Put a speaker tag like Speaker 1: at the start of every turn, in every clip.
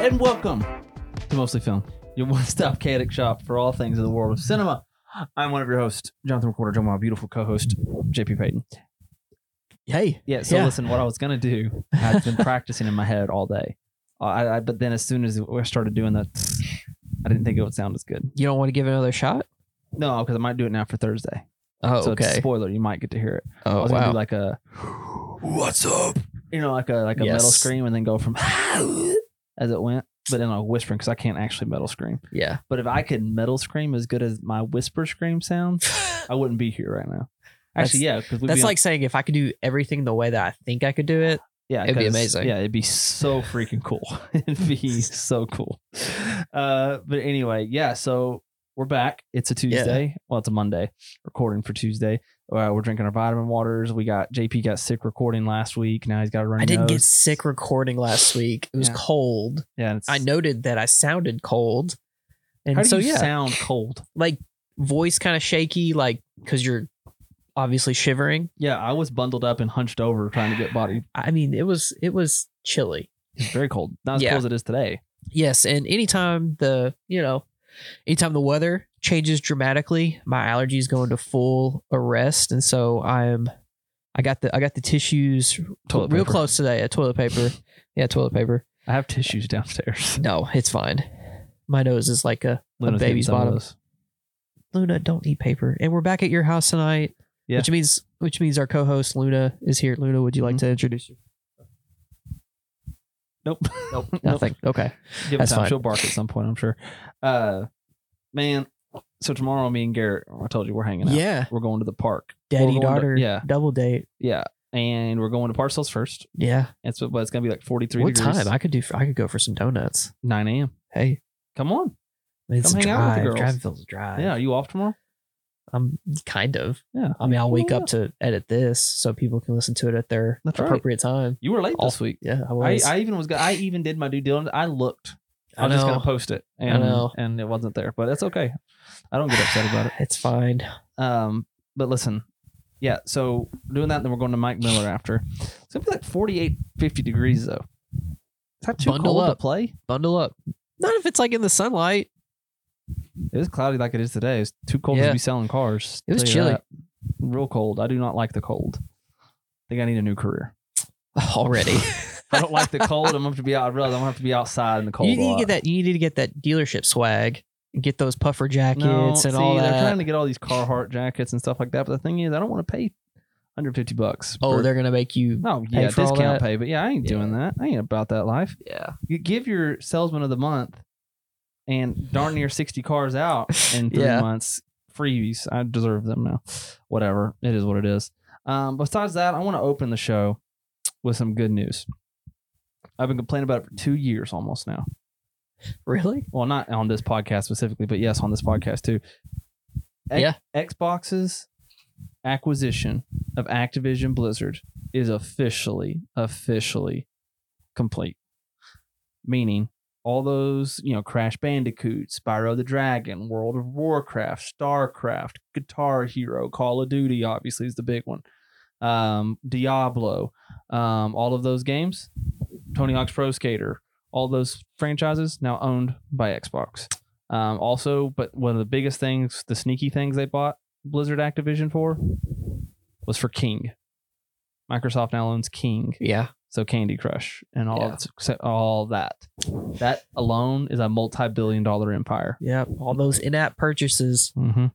Speaker 1: and welcome to Mostly Film, your one-stop chaotic shop for all things in the world of cinema. I'm one of your hosts, Jonathan McWhorter, joined by my beautiful co-host, JP Payton.
Speaker 2: Hey.
Speaker 1: Yeah. So
Speaker 2: Yeah.
Speaker 1: listen, what I was gonna do, I've been practicing in my head all day. Uh, I, I but then as soon as I started doing that, I didn't think it would sound as good.
Speaker 2: You don't want to give it another shot?
Speaker 1: No, because I might do it now for Thursday.
Speaker 2: Oh,
Speaker 1: so it's a
Speaker 2: okay.
Speaker 1: spoiler. You might get to hear it. I
Speaker 2: Oh,
Speaker 1: was gonna
Speaker 2: wow.
Speaker 1: do like a
Speaker 2: What's up?
Speaker 1: you know, like a like a metal
Speaker 2: Yes.
Speaker 1: scream and then go from as it went, but in a whispering because I can't actually metal scream.
Speaker 2: Yeah.
Speaker 1: But if I could metal scream as good as my whisper scream sounds, I wouldn't be here right now. Actually, yeah, because
Speaker 2: That's like saying if I could do everything the way that I think I could do it.
Speaker 1: yeah,
Speaker 2: it'd be
Speaker 1: 'cause-
Speaker 2: amazing.
Speaker 1: Yeah, it'd be so freaking cool. it'd be so cool. Uh, but anyway, yeah. So we're back. It's a Tuesday. Well, it's a Monday. Recording for Tuesday. Uh, we're drinking our vitamin waters. We got JP got sick recording last week. Now he's got a runny
Speaker 2: I didn't get
Speaker 1: nose.
Speaker 2: sick recording last week. It was
Speaker 1: Yeah.
Speaker 2: cold.
Speaker 1: Yeah, it's,
Speaker 2: I noted that I sounded cold. And
Speaker 1: How do
Speaker 2: so
Speaker 1: you
Speaker 2: yeah,
Speaker 1: sound cold?
Speaker 2: like voice kind of shaky like cuz you're obviously shivering.
Speaker 1: Yeah, I was bundled up and hunched over trying to get body.
Speaker 2: I mean, it was it was chilly.
Speaker 1: It's very cold. Not as
Speaker 2: Yeah.
Speaker 1: cold as it is today.
Speaker 2: Yes, and anytime the you know, anytime the weather changes dramatically, my allergies go into full arrest, and so I'm, I got the I got the tissues
Speaker 1: Toilet
Speaker 2: real
Speaker 1: paper.
Speaker 2: close today. Yeah, toilet paper. yeah, toilet paper.
Speaker 1: I have tissues downstairs.
Speaker 2: No, it's fine. My nose is like a, a
Speaker 1: Luna's getting
Speaker 2: baby's
Speaker 1: some of
Speaker 2: bottom.
Speaker 1: those.
Speaker 2: Luna, don't eat paper. And we're back at your house tonight,
Speaker 1: Yeah.
Speaker 2: which means which means our co-host Luna is here. Luna, would you like
Speaker 1: Mhm.
Speaker 2: to introduce you?
Speaker 1: Nope. Nope.
Speaker 2: Nothing. Okay.
Speaker 1: Give
Speaker 2: That's
Speaker 1: it time.
Speaker 2: fine.
Speaker 1: She'll bark at some point, I'm sure. Uh, man. So tomorrow, me and Garrett, I told you we're hanging out.
Speaker 2: Yeah.
Speaker 1: We're going to the park.
Speaker 2: Daddy
Speaker 1: going to-
Speaker 2: daughter.
Speaker 1: yeah.
Speaker 2: Double date.
Speaker 1: Yeah, and we're going to Parcells first.
Speaker 2: Yeah.
Speaker 1: It's but it's gonna be like 43
Speaker 2: what
Speaker 1: degrees.
Speaker 2: time? I could do. I could go for some donuts.
Speaker 1: 9 a.m.
Speaker 2: Hey.
Speaker 1: Come on.
Speaker 2: It's
Speaker 1: Come
Speaker 2: a
Speaker 1: hang out with the
Speaker 2: drive.
Speaker 1: girls.
Speaker 2: Drive feels drive.
Speaker 1: Yeah. Are you off tomorrow?
Speaker 2: I'm kind of.
Speaker 1: Yeah.
Speaker 2: I mean, I'll wake
Speaker 1: yeah.
Speaker 2: up to edit this so people can listen to it at their
Speaker 1: That's right.
Speaker 2: appropriate time.
Speaker 1: You were late
Speaker 2: All-
Speaker 1: this week.
Speaker 2: Yeah,
Speaker 1: I,
Speaker 2: I was.
Speaker 1: I even was. go- I even did my due diligence. I looked. I
Speaker 2: I
Speaker 1: was just
Speaker 2: know.
Speaker 1: gonna post it, and
Speaker 2: know.
Speaker 1: and it wasn't there, but that's okay. I don't get upset about it.
Speaker 2: It's fine.
Speaker 1: Um, but listen, yeah. So doing that, then we're going to Mike Miller after. It's gonna be like 48, 50 degrees though. Is that too
Speaker 2: Bundle
Speaker 1: cold to
Speaker 2: up.
Speaker 1: play?
Speaker 2: Bundle up. Not if it's like in the sunlight.
Speaker 1: It was cloudy like it is today. It's too cold to
Speaker 2: Yeah.
Speaker 1: be selling cars.
Speaker 2: It was
Speaker 1: Tell you
Speaker 2: chilly.
Speaker 1: that. Real cold. I do not like the cold. I think I need a new career.
Speaker 2: Already,
Speaker 1: I don't like the cold. I'm gonna have to be out. I realize I'm gonna have to be outside in the cold.
Speaker 2: you
Speaker 1: a
Speaker 2: need to
Speaker 1: lot.
Speaker 2: get that. You need to get that dealership swag and get those puffer jackets and
Speaker 1: see,
Speaker 2: all
Speaker 1: They're trying
Speaker 2: that.
Speaker 1: to get all these Carhartt jackets and stuff like that. But the thing is, I don't want to pay 150 bucks.
Speaker 2: Oh,
Speaker 1: for-
Speaker 2: they're gonna make you.
Speaker 1: no,
Speaker 2: pay
Speaker 1: yeah,
Speaker 2: for all
Speaker 1: discount
Speaker 2: that?
Speaker 1: pay. But yeah, I ain't
Speaker 2: Yeah.
Speaker 1: doing that. I ain't about that life.
Speaker 2: Yeah.
Speaker 1: You give your salesman of the month and darn near 60 cars out in three
Speaker 2: Yeah.
Speaker 1: months freebies. I deserve them now. Whatever. It is what it is. Um, besides that, I want to open the show with some good news. I've been complaining about it for two years almost now
Speaker 2: Really?
Speaker 1: well, not on this podcast specifically, but yes, on this podcast too. X-
Speaker 2: Yeah.
Speaker 1: Xbox's acquisition of Activision Blizzard is officially, officially complete. Meaning all those, you know, Crash Bandicoot, Spyro the Dragon, World of Warcraft, StarCraft, Guitar Hero, Call of Duty, obviously is the big one. Um, Diablo, um, all of those games, Tony Hawk's Pro Skater, all those franchises now owned by Xbox. Um, also, but one of the biggest things, the sneaky things they bought Blizzard Activision for was for King. Microsoft now owns King,
Speaker 2: Yeah.
Speaker 1: so Candy Crush and all
Speaker 2: Yeah.
Speaker 1: that's- all that. That alone is a multi-billion-dollar empire.
Speaker 2: Yeah. All those in-app purchases.
Speaker 1: Mm-hmm.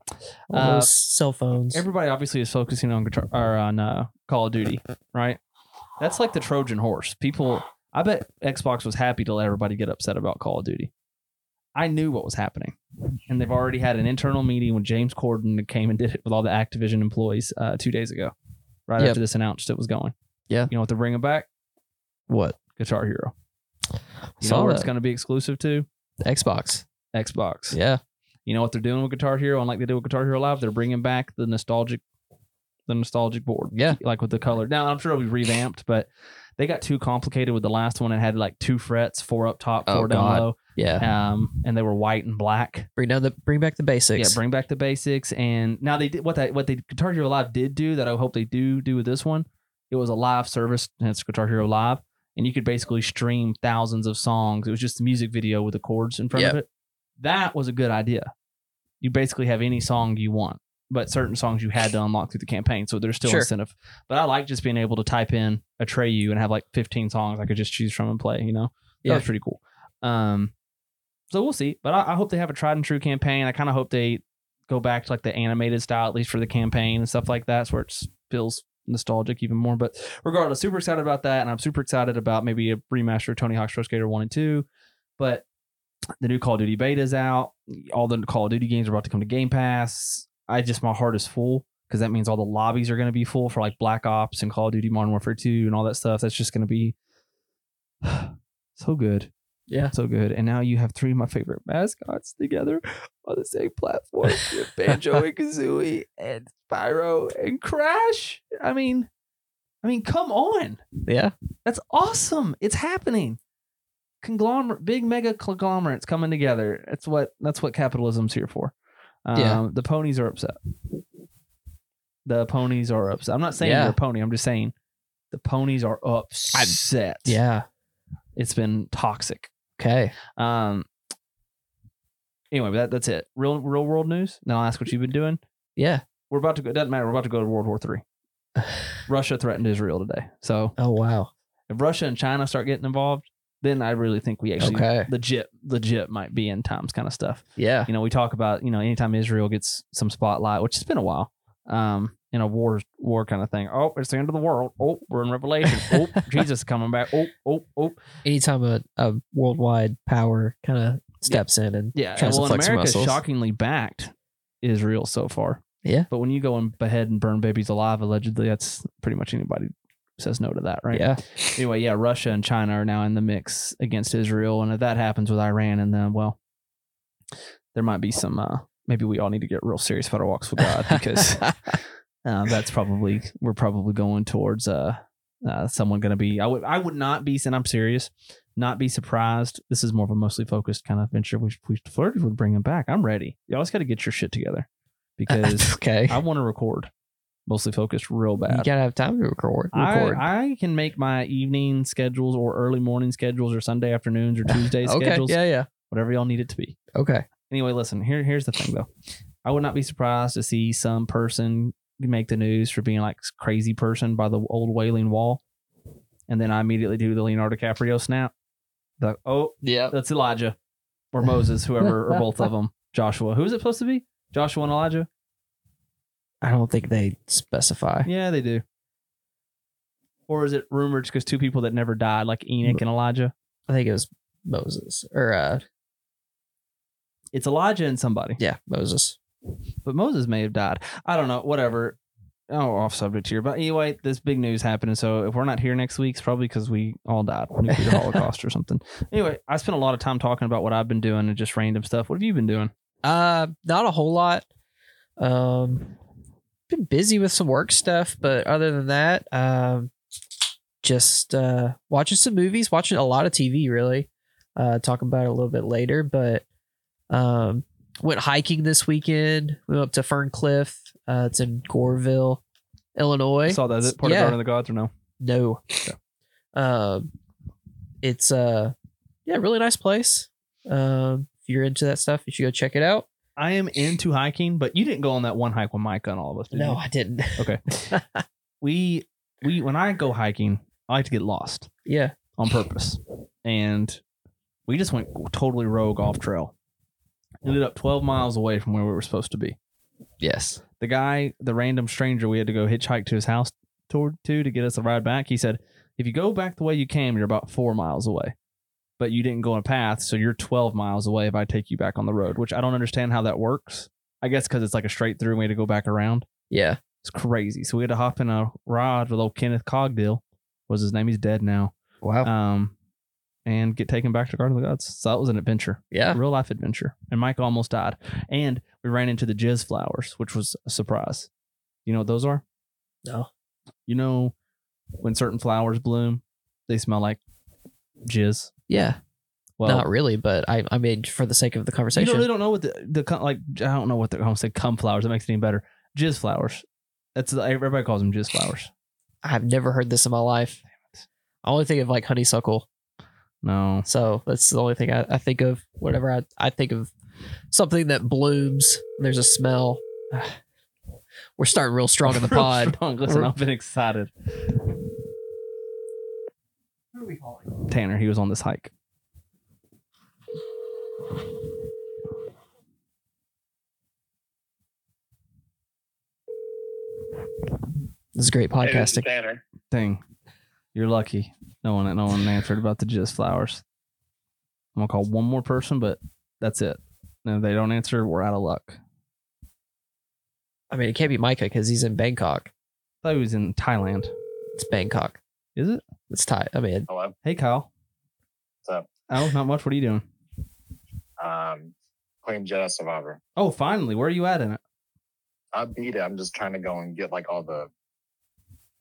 Speaker 2: All
Speaker 1: Uh,
Speaker 2: those cell phones.
Speaker 1: Everybody obviously is focusing on guitar or on uh, Call of Duty, right? That's like the Trojan horse. People, I bet Xbox was happy to let everybody get upset about Call of Duty. I knew what was happening, and they've already had an internal meeting when James Corden that came and did it with all the Activision employees uh, two days ago, right
Speaker 2: Yep.
Speaker 1: after this announced it was going.
Speaker 2: Yeah.
Speaker 1: you know what they're bringing back?
Speaker 2: what?
Speaker 1: Guitar Hero. You know
Speaker 2: Saw
Speaker 1: where
Speaker 2: that.
Speaker 1: it's going to be exclusive to
Speaker 2: Xbox.
Speaker 1: Xbox.
Speaker 2: Yeah.
Speaker 1: You know what they're doing with Guitar Hero, and like they did with Guitar Hero Live, they're bringing back the nostalgic, the nostalgic board.
Speaker 2: Yeah.
Speaker 1: like with the color. Now I'm sure it'll be revamped, but they got too complicated with the last one. It had like two frets, four up top,
Speaker 2: Oh,
Speaker 1: four down
Speaker 2: God.
Speaker 1: low,
Speaker 2: Yeah.
Speaker 1: um, and they were white and black.
Speaker 2: Bring down the. Bring back the basics.
Speaker 1: Yeah, bring back the basics. And now they did what that what they Guitar Hero Live did do that I hope they do do with this one. It was a live service, and it's Guitar Hero Live. and you could basically stream thousands of songs. It was just a music video with the chords in front of it. That was a good idea. You basically have any song you want, but certain songs you had to unlock through the campaign, so there's still
Speaker 2: Sure.
Speaker 1: incentive. But I like just being able to type in Atreyu and have like 15 songs I could just choose from and play. You know, that
Speaker 2: Yeah.
Speaker 1: was pretty cool. Um, so we'll see. But I, I hope they have a tried and true campaign. I kind of hope they go back to like the animated style, at least for the campaign and stuff like that, so where it feels nostalgic even more. But regardless, super excited about that, and I'm super excited about maybe a remaster of Tony Hawk's Pro Skater One and Two. But the new Call of Duty beta is out. All the Call of Duty games are about to come to Game Pass. I just my heart is full because that means all the lobbies are going to be full for like Black Ops and Call of Duty Modern Warfare Two and all that stuff. That's just going to be so good.
Speaker 2: Yeah.
Speaker 1: So good. And now you have three of my favorite mascots together on the same platform. You have Banjo and Kazooie and Spyro and Crash. I mean, I mean, come on.
Speaker 2: Yeah.
Speaker 1: That's awesome. It's happening. Conglomerate, big mega conglomerates coming together. That's what that's what capitalism's here for. Um,
Speaker 2: Yeah.
Speaker 1: The ponies are upset. The ponies are upset. I'm not saying
Speaker 2: Yeah.
Speaker 1: you're a pony. I'm just saying the ponies are upset.
Speaker 2: Yeah.
Speaker 1: it's been toxic.
Speaker 2: Okay.
Speaker 1: Um. Anyway, but that, that's it. Real real world news. Now I'll ask what you've been doing.
Speaker 2: Yeah.
Speaker 1: We're about to go. It doesn't matter. We're about to go to World War Three. Russia threatened Israel today. So
Speaker 2: Oh wow.
Speaker 1: if Russia and China start getting involved, then I really think we actually
Speaker 2: Okay.
Speaker 1: legit legit might be in times kind of stuff.
Speaker 2: Yeah.
Speaker 1: You know, we talk about you know anytime Israel gets some spotlight, which has been a while, um, in a war war kind of thing. Oh, it's the end of the world. Oh, we're in Revelation. Oh, Jesus is coming back. Oh, oh, oh.
Speaker 2: Anytime a, a worldwide power kind of steps in and
Speaker 1: Yeah,
Speaker 2: Tries to
Speaker 1: well,
Speaker 2: flex your
Speaker 1: America
Speaker 2: muscles.
Speaker 1: shockingly backed Israel so far.
Speaker 2: Yeah.
Speaker 1: but when you go and behead and burn babies alive, allegedly, that's pretty much anybody says no to that, right?
Speaker 2: yeah.
Speaker 1: anyway, yeah, Russia and China are now in the mix against Israel, and if that happens with Iran, and then well, there might be some. Uh, maybe we all need to get real serious about our walks with God because uh, that's probably we're probably going towards uh, uh someone going to be. I would I would not be, and I'm serious, not be surprised. This is more of a mostly focused kind of venture. We we flirted with bringing back. I'm ready. Y'all just got to get your shit together because
Speaker 2: okay.
Speaker 1: I want to record mostly focused real bad.
Speaker 2: You gotta have time to record. Record.
Speaker 1: I, I can make my evening schedules or early morning schedules or Sunday afternoons or Tuesday
Speaker 2: okay.
Speaker 1: schedules,
Speaker 2: Yeah. Yeah.
Speaker 1: whatever y'all need it to be.
Speaker 2: Okay.
Speaker 1: Anyway, listen, here, here's the thing though. I would not be surprised to see some person make the news for being like crazy person by the old Wailing Wall. And then I immediately do the Leonardo DiCaprio snap. The, oh,
Speaker 2: Yeah.
Speaker 1: that's Elijah or Moses, whoever, or both of them. Joshua. Who is it supposed to be? Joshua and Elijah?
Speaker 2: I don't think they specify.
Speaker 1: Yeah, they do. Or is it rumored because two people that never died, like Enoch and Elijah?
Speaker 2: I think it was Moses or uh
Speaker 1: it's Elijah and somebody,
Speaker 2: yeah Moses.
Speaker 1: but Moses may have died. I don't know. Whatever. Oh, we're off subject here, but anyway, this big news happening. So if we're not here next week, it's probably because we all died, nuclear holocaust or something. Anyway, I spent a lot of time talking about what I've been doing and just random stuff. What have you been doing?
Speaker 2: Uh, not a whole lot. Um, been busy with some work stuff, but other than that, um, just uh, watching some movies, watching a lot of TV, really. Uh, talking about it a little bit later, but um, went hiking this weekend. We went up to Ferncliff. Uh, it's in Goreville, Illinois.
Speaker 1: I saw that. Is it part of
Speaker 2: Yeah.
Speaker 1: Garden of the Gods or no?
Speaker 2: No. Um, it's uh, yeah, really nice place. Um, if you're into that stuff, you should go check it out.
Speaker 1: I am into hiking, but you didn't go on that one hike with Micah and all of us, did
Speaker 2: No,
Speaker 1: you?
Speaker 2: I didn't.
Speaker 1: Okay. We we when I go hiking, I like to get lost
Speaker 2: yeah.
Speaker 1: on purpose, and we just went totally rogue off trail. Ended up 12 miles away from where we were supposed to be.
Speaker 2: Yes.
Speaker 1: the guy, the random stranger we had to go hitchhike to his house toward to to get us a ride back, he said, if you go back the way you came, you're about four miles away. But you didn't go on a path, so you're 12 miles away if I take you back on the road, which I don't understand how that works. I guess because it's like a straight through way to go back around.
Speaker 2: Yeah.
Speaker 1: It's crazy. So we had to hop in a ride with old Kenneth Cogdill, was his name. He's dead now.
Speaker 2: Wow.
Speaker 1: Um, and get taken back to Garden of the Gods. So that was an adventure
Speaker 2: yeah.
Speaker 1: real life adventure. And Mike almost died. And we ran into the jizz flowers, which was a surprise. You know what those are?
Speaker 2: No.
Speaker 1: You know, when certain flowers bloom, they smell like jizz.
Speaker 2: Yeah.
Speaker 1: Well,
Speaker 2: Not really, but I I mean for the sake of the
Speaker 1: you
Speaker 2: conversation.
Speaker 1: don't, they don't know what the, the cum- like I don't know what they're I almost said cum flowers. That makes it even better. Jizz flowers. That's everybody calls them jizz flowers.
Speaker 2: I've never heard this in my life. I only think of like honeysuckle.
Speaker 1: No.
Speaker 2: So that's the only thing I, I think of. Whenever I, I think of something that blooms, there's a smell. We're starting real strong in the
Speaker 1: Real
Speaker 2: pod.
Speaker 1: strong. Listen,
Speaker 2: We're-
Speaker 1: I've been excited.
Speaker 2: Who are we calling?
Speaker 1: Tanner, he was on this hike.
Speaker 2: This is great
Speaker 3: Hey, this is
Speaker 2: podcasting.
Speaker 3: Tanner.
Speaker 1: Thing. You're lucky. No one no one answered about the jizz flowers. I'm gonna call one more person, but that's it. And if they don't answer, we're out of luck.
Speaker 2: I mean, it can't be Micah because he's in Bangkok.
Speaker 1: thought he was in Thailand.
Speaker 2: It's Bangkok.
Speaker 1: Is it?
Speaker 2: It's Thai. I mean,
Speaker 3: Hello.
Speaker 1: Hey Kyle.
Speaker 3: What's up?
Speaker 1: Oh, not much. What are you doing?
Speaker 3: Um, playing Jedi Survivor.
Speaker 1: Oh, finally, where are you at in it?
Speaker 3: I beat it. I'm just trying to go and get like all the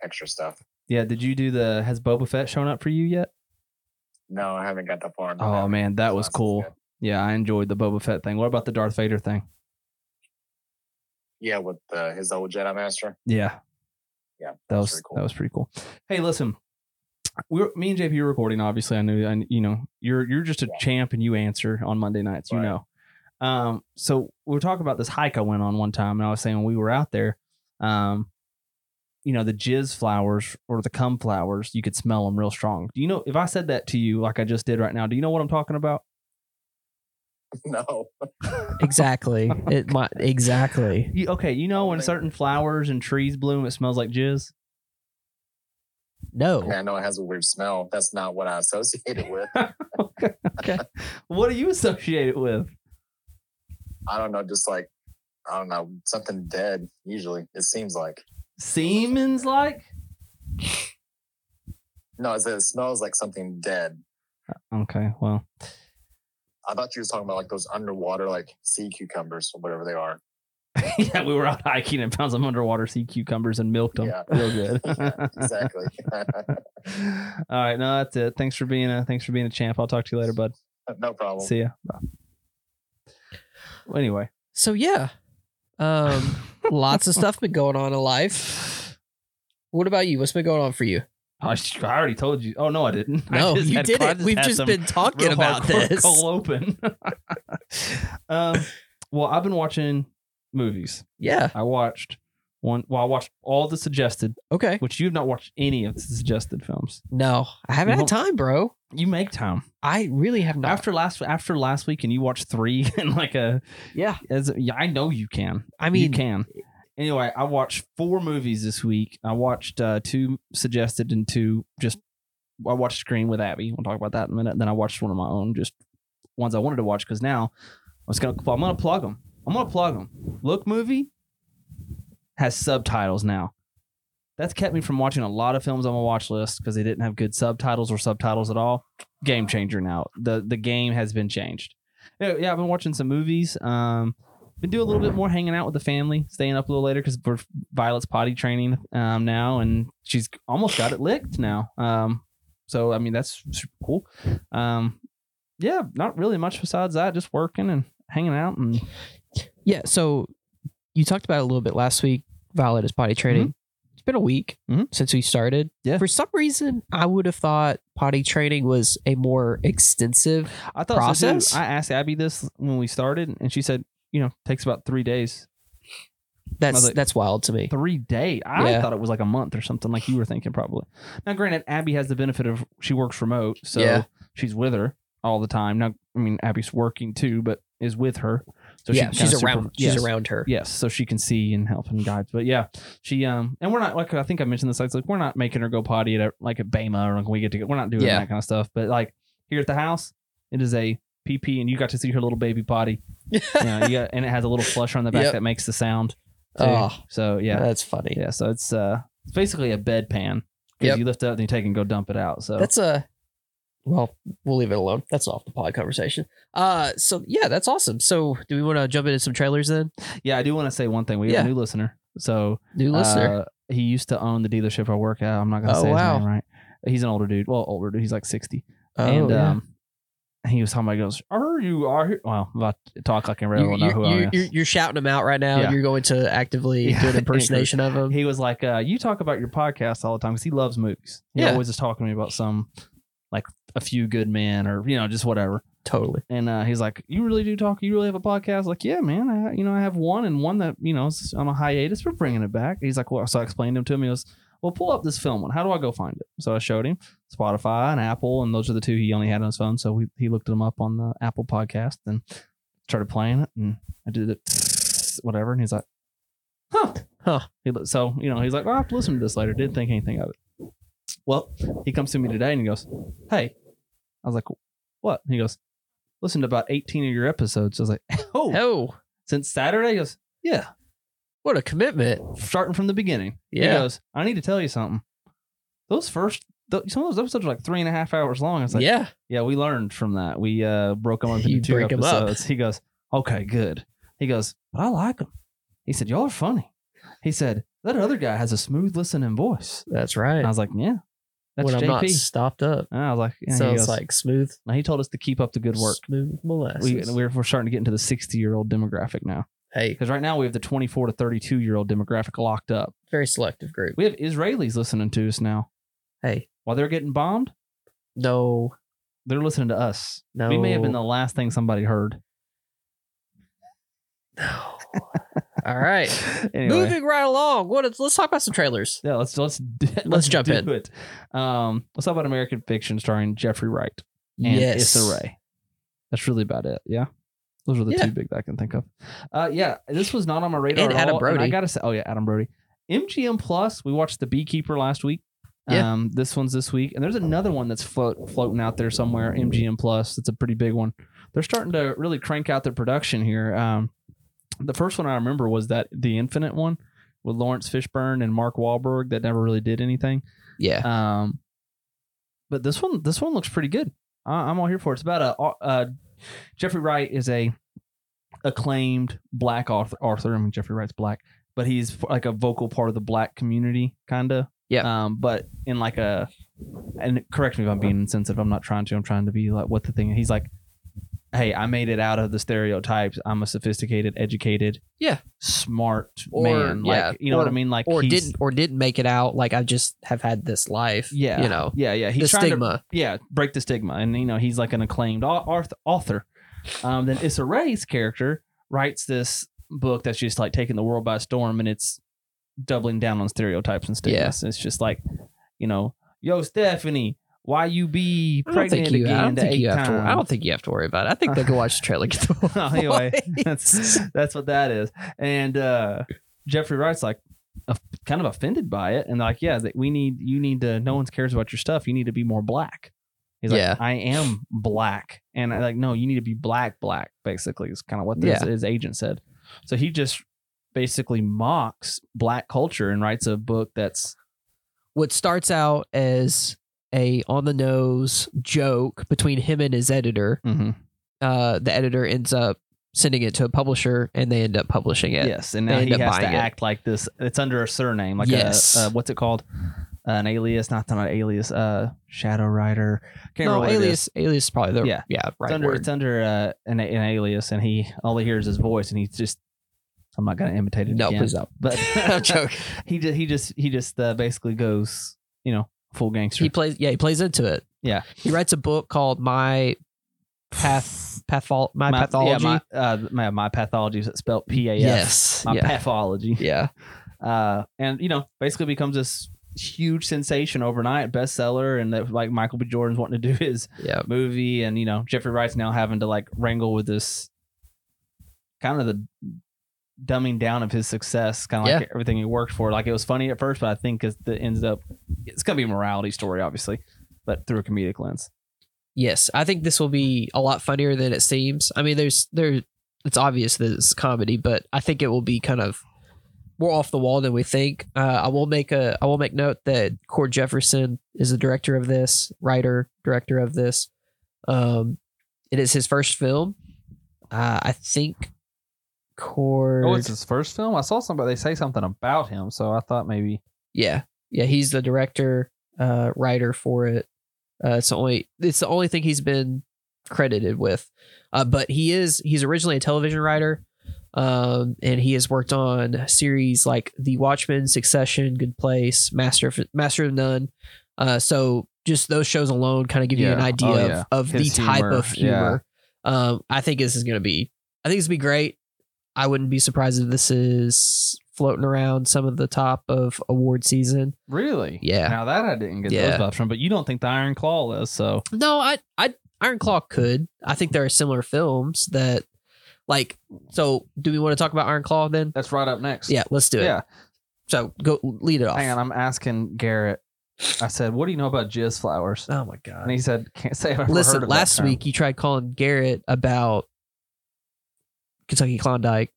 Speaker 3: extra stuff.
Speaker 1: Yeah, did you do the has Boba Fett shown up for you yet?
Speaker 3: No, I haven't got that far.
Speaker 1: Oh man, that was cool. Yeah, I enjoyed the Boba Fett thing. What about the Darth Vader thing?
Speaker 3: Yeah, with uh, his old Jedi Master.
Speaker 1: Yeah.
Speaker 3: Yeah,
Speaker 1: That
Speaker 3: that's
Speaker 1: was
Speaker 3: pretty cool.
Speaker 1: that was pretty cool. Hey, listen. We were, me and JP were recording, obviously. I knew I you know, you're you're just a
Speaker 3: Yeah.
Speaker 1: champ and you answer on Monday nights, you
Speaker 3: Right.
Speaker 1: know. Um, so we were talking about this hike I went on one time, and I was saying when we were out there, um, you know, the jizz flowers or the cum flowers, you could smell them real strong. Do you know if I said that to you like I just did right now, do you know what I'm talking about?
Speaker 3: no.
Speaker 2: exactly. It might exactly.
Speaker 1: You, okay, you know
Speaker 3: Oh,
Speaker 1: when
Speaker 3: man.
Speaker 1: certain flowers and trees bloom, it smells like jizz.
Speaker 2: No.
Speaker 3: I, mean, I know it has a weird smell. That's not what I associate it with.
Speaker 1: okay, okay. what do you associate it with?
Speaker 3: I don't know. Just like I don't know something dead. Usually, it seems like.
Speaker 1: Siemens like?
Speaker 3: No, it says it smells like something dead.
Speaker 1: Okay, well,
Speaker 3: I thought you was talking about like those underwater like sea cucumbers or whatever they are.
Speaker 1: yeah, we were out hiking and found some underwater sea cucumbers and milked them
Speaker 3: Yeah.
Speaker 1: real good.
Speaker 3: Yeah, exactly.
Speaker 1: All right, no, that's it. Thanks for being a thanks for being a champ. I'll talk to you later, bud.
Speaker 3: no problem.
Speaker 1: See ya. Bye. Well, Anyway,
Speaker 2: So yeah. Um lots of stuff been going on in life. What about you? What's been going on for you?
Speaker 1: I, sh- I already told you. Oh no, I didn't. I
Speaker 2: No,
Speaker 1: just
Speaker 2: you
Speaker 1: had- I
Speaker 2: didn't. We've
Speaker 1: had
Speaker 2: just
Speaker 1: some
Speaker 2: been talking
Speaker 1: real
Speaker 2: about
Speaker 1: hardcore
Speaker 2: this.
Speaker 1: Cold open. um, well, I've been watching movies.
Speaker 2: Yeah.
Speaker 1: I watched one. Well, I watched all the suggested,
Speaker 2: Okay.
Speaker 1: which you've not watched any of the suggested films.
Speaker 2: No, I haven't
Speaker 1: You
Speaker 2: had time, bro.
Speaker 1: You make time.
Speaker 2: I really have not.
Speaker 1: after last after last week and you watched three and like a
Speaker 2: yeah.
Speaker 1: as yeah, I know you can.
Speaker 2: I
Speaker 1: you
Speaker 2: mean,
Speaker 1: can. Anyway, I watched four movies this week. I watched uh, two suggested and two just I watched Screen with Abby. We'll talk about that in a minute. Then I watched one of my own, just ones I wanted to watch because now I was gonna I'm gonna plug them. I'm gonna plug them. Look movie has subtitles now. That's kept me from watching a lot of films on my watch list because they didn't have good subtitles or subtitles at all. Game changer now. The the game has been changed. Yeah, yeah, I've been watching some movies. Um, been doing a little bit more hanging out with the family, staying up a little later because we're Violet's potty training um, now, and she's almost got it licked now. Um, so I mean that's super cool. Um, yeah, not really much besides that. Just working and hanging out and
Speaker 2: yeah. So you talked about it a little bit last week. Violet is potty training. It's been a week
Speaker 1: Mhm.
Speaker 2: since we started.
Speaker 1: Mm-hmm. Yeah.
Speaker 2: For some reason, I would have thought potty training was a more extensive.
Speaker 1: I thought so, too.
Speaker 2: Process?
Speaker 1: I asked Abby this when we started, and she said, you know, takes about three days.
Speaker 2: That's
Speaker 1: like-
Speaker 2: that's wild to me.
Speaker 1: Three day? I
Speaker 2: Yeah.
Speaker 1: thought it was like a month or something, like you were thinking probably. Now, granted, Abby has the benefit of she works remote, so
Speaker 2: Yeah.
Speaker 1: she's with her all the time. Now, I mean, Abby's working too, but is with her, so
Speaker 2: yeah,
Speaker 1: she
Speaker 2: she's
Speaker 1: kinda
Speaker 2: around.
Speaker 1: supervi-
Speaker 2: she's
Speaker 1: yes.
Speaker 2: around her.
Speaker 1: Yes, so she can see and help and guide. But yeah, she um, and we're not like I think I mentioned this. Like, like we're not making her go potty at a, like at Bama or like we get to go. We're not doing
Speaker 2: Yeah.
Speaker 1: that kind of stuff. But like here at the house, it is a PP, and you got to see her little baby potty. You know, you got, and it has a little flusher on the back
Speaker 2: Yep.
Speaker 1: that makes the sound. Too.
Speaker 2: Oh,
Speaker 1: so
Speaker 2: yeah.
Speaker 1: yeah,
Speaker 2: That's funny.
Speaker 1: yeah. So it's uh, it's basically a bedpan because
Speaker 2: Yep.
Speaker 1: you lift it up and you take it and go dump it out. So
Speaker 2: That's a well, we'll leave it alone. That's off the pod conversation. Uh so yeah, that's awesome. So do we want to jump into some trailers then?
Speaker 1: yeah, I do want to say one thing. We have a
Speaker 2: Yeah.
Speaker 1: new listener. So
Speaker 2: New listener.
Speaker 1: Uh, he used to own the dealership I work at. I'm not gonna
Speaker 2: Oh,
Speaker 1: say his
Speaker 2: wow.
Speaker 1: name right. He's an older dude. Well, older dude. He's like 60.
Speaker 2: Oh,
Speaker 1: and
Speaker 2: yeah.
Speaker 1: um, he was talking about he goes, Are you are you-" well I'm about to talk like I really
Speaker 2: You,
Speaker 1: know who I
Speaker 2: you,
Speaker 1: am.
Speaker 2: you, you're shouting him out right now.
Speaker 1: Yeah.
Speaker 2: You're going to actively
Speaker 1: Yeah,
Speaker 2: do an
Speaker 1: angry.
Speaker 2: impersonation of him.
Speaker 1: he was like, uh, "You talk about your podcast all the time because he loves movies. He
Speaker 2: Yeah.
Speaker 1: always is talking to me about some, like a few good men or you know just whatever."
Speaker 2: Totally.
Speaker 1: And uh, he's like, "You really do talk? You really have a podcast?" Like, "Yeah, man. I, you know, I have one and one that you know is on a hiatus. We're bringing it back." He's like, "Well," so I explained him to him. He goes, "Well, pull up this film one. How do I go find it?" So I showed him Spotify and Apple, and those are the two he only had on his phone. So we, he looked them up on the Apple podcast and started playing it, and I did it, whatever. And he's like, "Huh,
Speaker 2: Huh.
Speaker 1: He, li- so you know, he's like, "Well, I have to listen to this later." Didn't think anything of it. Well, he comes to me today and he goes, "Hey," I was like, "What?" And he goes listened to about 18 of your episodes. I was like, oh,
Speaker 2: Oh,
Speaker 1: since Saturday? He goes, yeah,
Speaker 2: what a commitment.
Speaker 1: starting from the beginning. He
Speaker 2: Yeah.
Speaker 1: goes, I need to tell you something. Those first, th- some of those episodes are like three and a half hours long. I was like, yeah,
Speaker 2: yeah.
Speaker 1: we learned from that. We uh, broke them up
Speaker 2: You
Speaker 1: into two
Speaker 2: break 'em up.
Speaker 1: episodes. He goes, okay, good. He goes, but I like them. He said, y'all are funny. He said, that other guy has a smooth listening voice.
Speaker 2: That's
Speaker 1: And I
Speaker 2: right.
Speaker 1: was like, yeah, that's
Speaker 2: When I'm not
Speaker 1: JP.
Speaker 2: stopped up.
Speaker 1: And I was like, yeah. he
Speaker 2: Sounds
Speaker 1: goes-
Speaker 2: like smooth,
Speaker 1: now he told us to keep up the good work.
Speaker 2: smooth molasses.
Speaker 1: We, we're, we're starting to get into the 60 year old demographic now.
Speaker 2: hey,
Speaker 1: Because right now we have the 24 to 32 year old demographic locked up.
Speaker 2: very selective group.
Speaker 1: We have Israelis listening to us now.
Speaker 2: Hey,
Speaker 1: While they're getting bombed,
Speaker 2: no,
Speaker 1: they're listening to us.
Speaker 2: no.
Speaker 1: We may have been the last thing somebody heard.
Speaker 2: No. All right.
Speaker 1: anyway,
Speaker 2: Moving right along. What? Is, let's talk about some trailers.
Speaker 1: yeah, let's let's d- let's,
Speaker 2: jump
Speaker 1: do
Speaker 2: in.
Speaker 1: It. Um, let's talk about American Fiction starring Jeffrey Wright and Issa Rae. That's really about it. Yeah. Those are the
Speaker 2: Yeah.
Speaker 1: two big that I can think of. Uh, yeah, this was not on my radar.
Speaker 2: And
Speaker 1: at
Speaker 2: Adam
Speaker 1: all, I
Speaker 2: Brody.
Speaker 1: gotta say, oh yeah, Adam Brody. MGM Plus. We watched The Beekeeper last week.
Speaker 2: Yeah.
Speaker 1: Um, this one's this week, and there's another one that's float, floating out there somewhere. MGM Plus. That's a pretty big one. They're starting to really crank out their production here. Um, the first one I remember was that the Infinite one with Lawrence Fishburne and Mark Wahlberg that never really did anything.
Speaker 2: Yeah.
Speaker 1: Um, but this one, this one looks pretty good. I, I'm all here for it. It's about a uh, Jeffrey Wright is a acclaimed black author. Author. I mean, Jeffrey Wright's black, but he's f- like a vocal part of the black community, kind of.
Speaker 2: Yeah.
Speaker 1: Um, but in like a, and correct me if I'm being insensitive. I'm not trying to. I'm trying to be like what the thing. He's like, hey, I made it out of the stereotypes. I'm a sophisticated, educated,
Speaker 2: Yeah.
Speaker 1: smart
Speaker 2: Or-
Speaker 1: man. Like,
Speaker 2: yeah,
Speaker 1: you know what
Speaker 2: or-
Speaker 1: I mean? Like,
Speaker 2: or
Speaker 1: he's-
Speaker 2: didn't or didn't make it out. Like I just have had this life.
Speaker 1: Yeah.
Speaker 2: You know.
Speaker 1: Yeah, yeah.
Speaker 2: the
Speaker 1: He's trying to
Speaker 2: stigma.
Speaker 1: yeah, break the stigma. And you know, he's like an acclaimed au- auth- author. Um, then Issa Rae's character writes this book that's just like taking the world by storm, and it's doubling down on stereotypes and stigmas. It's just like, you know, yo Stephanie, why you be
Speaker 2: I don't
Speaker 1: pregnant
Speaker 2: think you.
Speaker 1: again
Speaker 2: I don't
Speaker 1: the
Speaker 2: think you
Speaker 1: eighth
Speaker 2: have to. I
Speaker 1: time?
Speaker 2: don't think you have to worry about it. I think they can watch the trailer. Get the
Speaker 1: No, anyway,
Speaker 2: points.
Speaker 1: that's that's what that is. And uh, Jeffrey Wright's like of- kind of offended by it, and like, yeah, that we need you need to. No one cares about your stuff. You need to be more black. He's like,
Speaker 2: Yeah.
Speaker 1: I am black, and I like, no, you need to be black, black. Basically, is kind of what this,
Speaker 2: Yeah.
Speaker 1: his agent said. So he just basically mocks black culture and writes a book that's
Speaker 2: what starts out as a on the nose joke between him and his editor. Uh, the editor ends up sending it to a publisher, and they end up publishing it.
Speaker 1: yes, and
Speaker 2: They
Speaker 1: now
Speaker 2: end
Speaker 1: he
Speaker 2: up
Speaker 1: has to
Speaker 2: buying it.
Speaker 1: act like this. It's under a surname, like
Speaker 2: Yes.
Speaker 1: a, uh what's it called? An alias, not not an alias. Uh, Shadow Rider. Can't remember
Speaker 2: No,
Speaker 1: what it is.
Speaker 2: alias. Alias is probably the
Speaker 1: Yeah.
Speaker 2: yeah right
Speaker 1: it's under,
Speaker 2: word.
Speaker 1: It's under uh, an, an alias, and he all he hears is his voice, and he just. I'm not gonna imitate it.
Speaker 2: no,
Speaker 1: again,
Speaker 2: please don't.
Speaker 1: But
Speaker 2: I'm joking.
Speaker 1: he just he just he just uh, basically goes, you know, full gangster.
Speaker 2: He plays. Yeah, he plays into it.
Speaker 1: Yeah.
Speaker 2: he writes a book called My Path Pathol My,
Speaker 1: yeah,
Speaker 2: Pathology.
Speaker 1: my, uh, my, my pathology is spelled P A F.
Speaker 2: yes.
Speaker 1: My
Speaker 2: yeah.
Speaker 1: pathology.
Speaker 2: yeah.
Speaker 1: uh, and you know basically becomes this huge sensation overnight bestseller and that like michael b jordan's wanting to do his
Speaker 2: Yeah.
Speaker 1: movie and you know jeffrey wright's now having to like wrangle with this kind of the dumbing down of his success kind of like everything he worked for like it was funny at first but i think as the ends up it's gonna be a morality story obviously but through a comedic lens
Speaker 2: Yes, I think this will be a lot funnier than it seems. I mean, there's there. It's obvious that it's comedy, but I think it will be kind of more off the wall than we think. Uh, I will make a I will make note that Cord Jefferson is the director of this, writer, director of this. Um, it is his first film. Uh, I think Cord.
Speaker 1: his first film i saw somebody they say something about him so i thought maybe
Speaker 2: Yeah, yeah, he's the director, uh, writer for it. Uh, it's the only it's the only thing he's been credited with. Uh, but he is he's originally a television writer, um, and he has worked on series like The Watchmen, Succession, Good Place, Master of, Master of None. Uh, so just those shows alone kind of give you an
Speaker 1: Yeah.
Speaker 2: idea
Speaker 1: Oh,
Speaker 2: of,
Speaker 1: yeah.
Speaker 2: of the
Speaker 1: His
Speaker 2: type
Speaker 1: humor.
Speaker 2: of humor. Um, I think this is going to be I think it's gonna be great. I wouldn't be surprised if this is floating around some of the top of award season.
Speaker 1: Really?
Speaker 2: Yeah.
Speaker 1: Now that I didn't get
Speaker 2: Yeah.
Speaker 1: those vibes from, but you don't think the Iron Claw is, so
Speaker 2: No, I, I, Iron Claw could. I think there are similar films that, like, so do we want to talk about Iron Claw then?
Speaker 1: that's right up next.
Speaker 2: Yeah, let's do it.
Speaker 1: Yeah.
Speaker 2: So go lead it off.
Speaker 1: Hang on, I'm asking Garrett. I said, "What do you know about jizz flowers?"
Speaker 2: Oh my
Speaker 1: And
Speaker 2: god!
Speaker 1: he said, "Can't say I've ever heard
Speaker 2: Listen,
Speaker 1: of that
Speaker 2: last
Speaker 1: term."
Speaker 2: week you tried calling Garrett about Kentucky Klondike.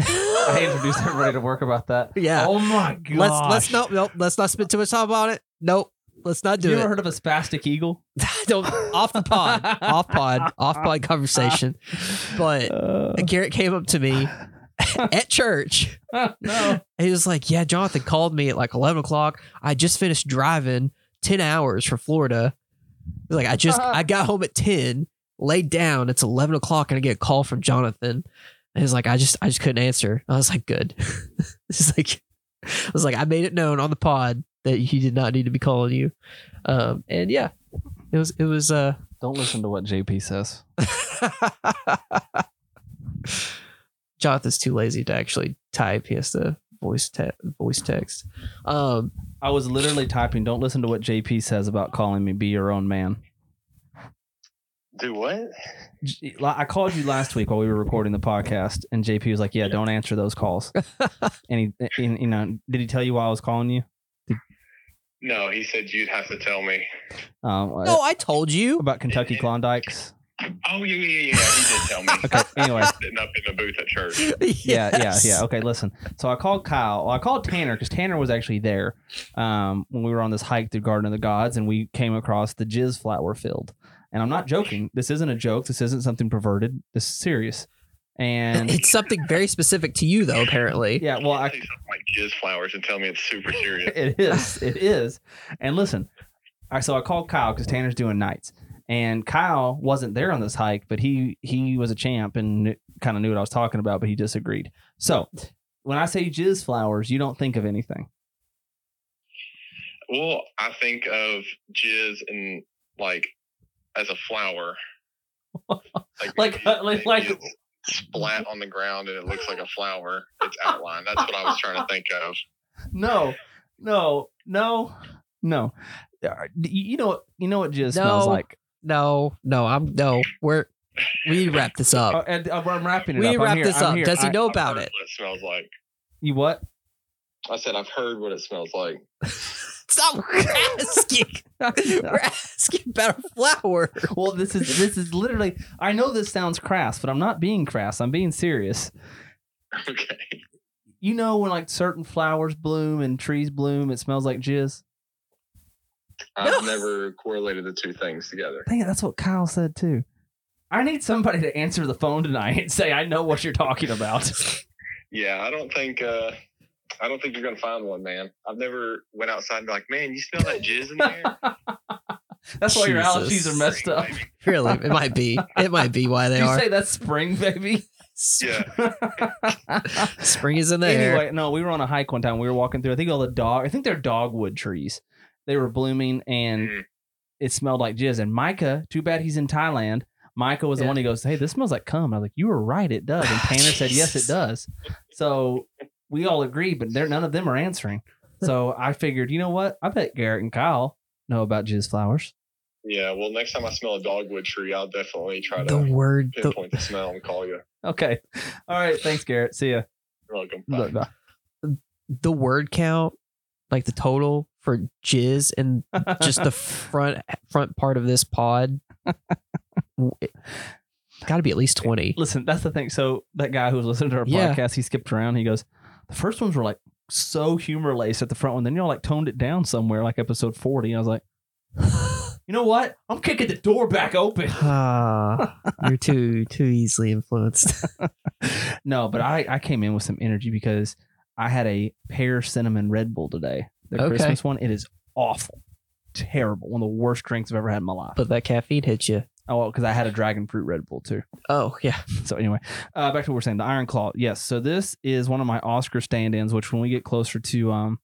Speaker 1: I introduced everybody to work about that.
Speaker 2: Yeah.
Speaker 1: Oh my god.
Speaker 2: let's let's not nope, let's not spend too much time on it. Nope. Let's not
Speaker 1: You
Speaker 2: do
Speaker 1: ever
Speaker 2: it.
Speaker 1: heard of a spastic eagle?
Speaker 2: Don't off the pod, off pod, off pod conversation. But
Speaker 1: Uh,
Speaker 2: Garrett came up to me at church.
Speaker 1: Uh, no.
Speaker 2: And he was like, Yeah, Jonathan called me at like 11 o'clock. I just finished driving 10 hours from Florida. He's like, I just, I got home at 10, laid down. It's 11 o'clock and I get a call from Jonathan. And he's like, I just, I just couldn't answer. I was like, Good. It's like, I was like, I made it known on the pod that he did not need to be calling you. Um, and yeah, it was, it was, uh,
Speaker 1: Don't listen to what JP says.
Speaker 2: Jonathan's too lazy to actually type. He has to voice te- voice text. Um,
Speaker 1: I was literally typing, "Don't listen to what JP says about calling me be your own man."
Speaker 3: Do what?
Speaker 1: J- I called you last week while we were recording the podcast, and JP was like, "Yeah, don't answer those calls." and he, and, you know, did he tell you why I was calling you?
Speaker 4: No, he said you'd have to tell me.
Speaker 1: Um, uh,
Speaker 2: No, I told you.
Speaker 1: about Kentucky Klondikes.
Speaker 4: Oh yeah, yeah, yeah. yeah. He did tell me.
Speaker 1: Okay. Anyway,
Speaker 4: Sitting up in the booth at church.
Speaker 1: yeah, yeah, yeah. Okay, listen. So I called Kyle. Well, I called Tanner because Tanner was actually there um, when we were on this hike through Garden of the Gods, and we came across the jizz flower field. And I'm not joking. This isn't a joke. This isn't something perverted. This is serious. And
Speaker 2: It's something very specific to you, though. Apparently,
Speaker 1: yeah, well, I,
Speaker 4: Say something like jizz flowers and tell me it's super serious.
Speaker 1: it is. It is. And listen, I so I called Kyle because Tanner's doing nights, and Kyle wasn't there on this hike, but he he was a champ and kind of knew what I was talking about, but he disagreed. So when I say jizz flowers, you don't think of anything.
Speaker 4: Well, I think of jizz and like as a flower.
Speaker 1: Like- uh,
Speaker 4: maybe-
Speaker 1: like-
Speaker 4: maybe
Speaker 1: like-
Speaker 4: it's splat on the ground and it looks like a flower. It's outlined. That's what I was trying to think of.
Speaker 1: No, no, no, no. Uh, You know, you know what jizz
Speaker 2: No.
Speaker 1: smells like.
Speaker 2: no, no, I'm no. We're we need to wrap this
Speaker 1: Oh,
Speaker 2: up.
Speaker 1: and uh, I'm wrapping it
Speaker 2: We need
Speaker 1: up.
Speaker 2: to
Speaker 1: I'm
Speaker 2: wrap
Speaker 1: here,
Speaker 2: this
Speaker 1: I'm
Speaker 2: up.
Speaker 1: here.
Speaker 2: Does he
Speaker 1: I-
Speaker 2: know
Speaker 4: I've
Speaker 2: about
Speaker 4: heard
Speaker 2: it?
Speaker 4: What it smells like.
Speaker 1: You what?
Speaker 4: I said I've heard what it smells like.
Speaker 2: Stop asking. We're asking about a flower.
Speaker 1: Well, this is this is literally. I know this sounds crass, but I'm not being crass. I'm being serious.
Speaker 4: Okay.
Speaker 1: you know when like certain flowers bloom and trees bloom, it smells like jizz.
Speaker 4: I've never correlated the two things together.
Speaker 1: Dang it, that's what Kyle said too. I need somebody to answer the phone tonight and say I know what you're talking about.
Speaker 4: Yeah, I don't think uh I don't think you're gonna find one, man. I've never went outside and be like, man, you smell that jizz in there?
Speaker 1: That's why your allergies
Speaker 2: Jesus.
Speaker 1: are messed up.
Speaker 2: Really, it might be. It might be why they
Speaker 1: Did you
Speaker 2: are.
Speaker 1: say that's spring, baby?
Speaker 4: Yeah.
Speaker 2: Spring is in the air.
Speaker 1: anyway, no, we were on a hike one time. We were walking through. I think all the dog. I think they're dogwood trees. They were blooming and
Speaker 4: Mhm.
Speaker 1: it smelled like jizz. And Micah, too bad he's in Thailand. Micah was the
Speaker 2: Yeah.
Speaker 1: one who goes, "Hey, this smells like cum." I was like, "You were right, it does." And Tanner said, "Yes,
Speaker 2: Jesus.
Speaker 1: it does." So we all agree, but there none of them are answering. So I figured, you know what? I bet Garrett and Kyle know about jizz flowers.
Speaker 4: Yeah, well next time I smell a dogwood tree, I'll definitely try
Speaker 2: The
Speaker 4: to
Speaker 2: word. The,
Speaker 4: pinpoint the smell and call you.
Speaker 1: Okay, all right. Thanks, Garrett. See ya.
Speaker 4: You're welcome. Bye.
Speaker 1: Look,
Speaker 2: the word count, like the total for jizz and just the front front part of this pod. Got to be at least twenty.
Speaker 1: listen, that's the thing. So that guy who was listening to our
Speaker 2: Yeah.
Speaker 1: podcast, he skipped around. He goes, the first ones were like so humor laced at the front one. Then y'all like toned it down somewhere, like episode forty. I was like, you know what? I'm kicking the door back open.
Speaker 2: Ah, you're too too easily influenced.
Speaker 1: no, but I I came in with some energy because I had a pear cinnamon Red Bull today, the
Speaker 2: Okay.
Speaker 1: Christmas one. It is awful, terrible, one of the worst drinks I've ever had in my life.
Speaker 2: But that caffeine hit you.
Speaker 1: Oh, well, because I had a dragon fruit Red Bull too.
Speaker 2: Oh yeah.
Speaker 1: So anyway, uh, back to what we're saying. The Iron Claw. Yes. So this is one of my Oscar stand-ins. Which when we get closer to um,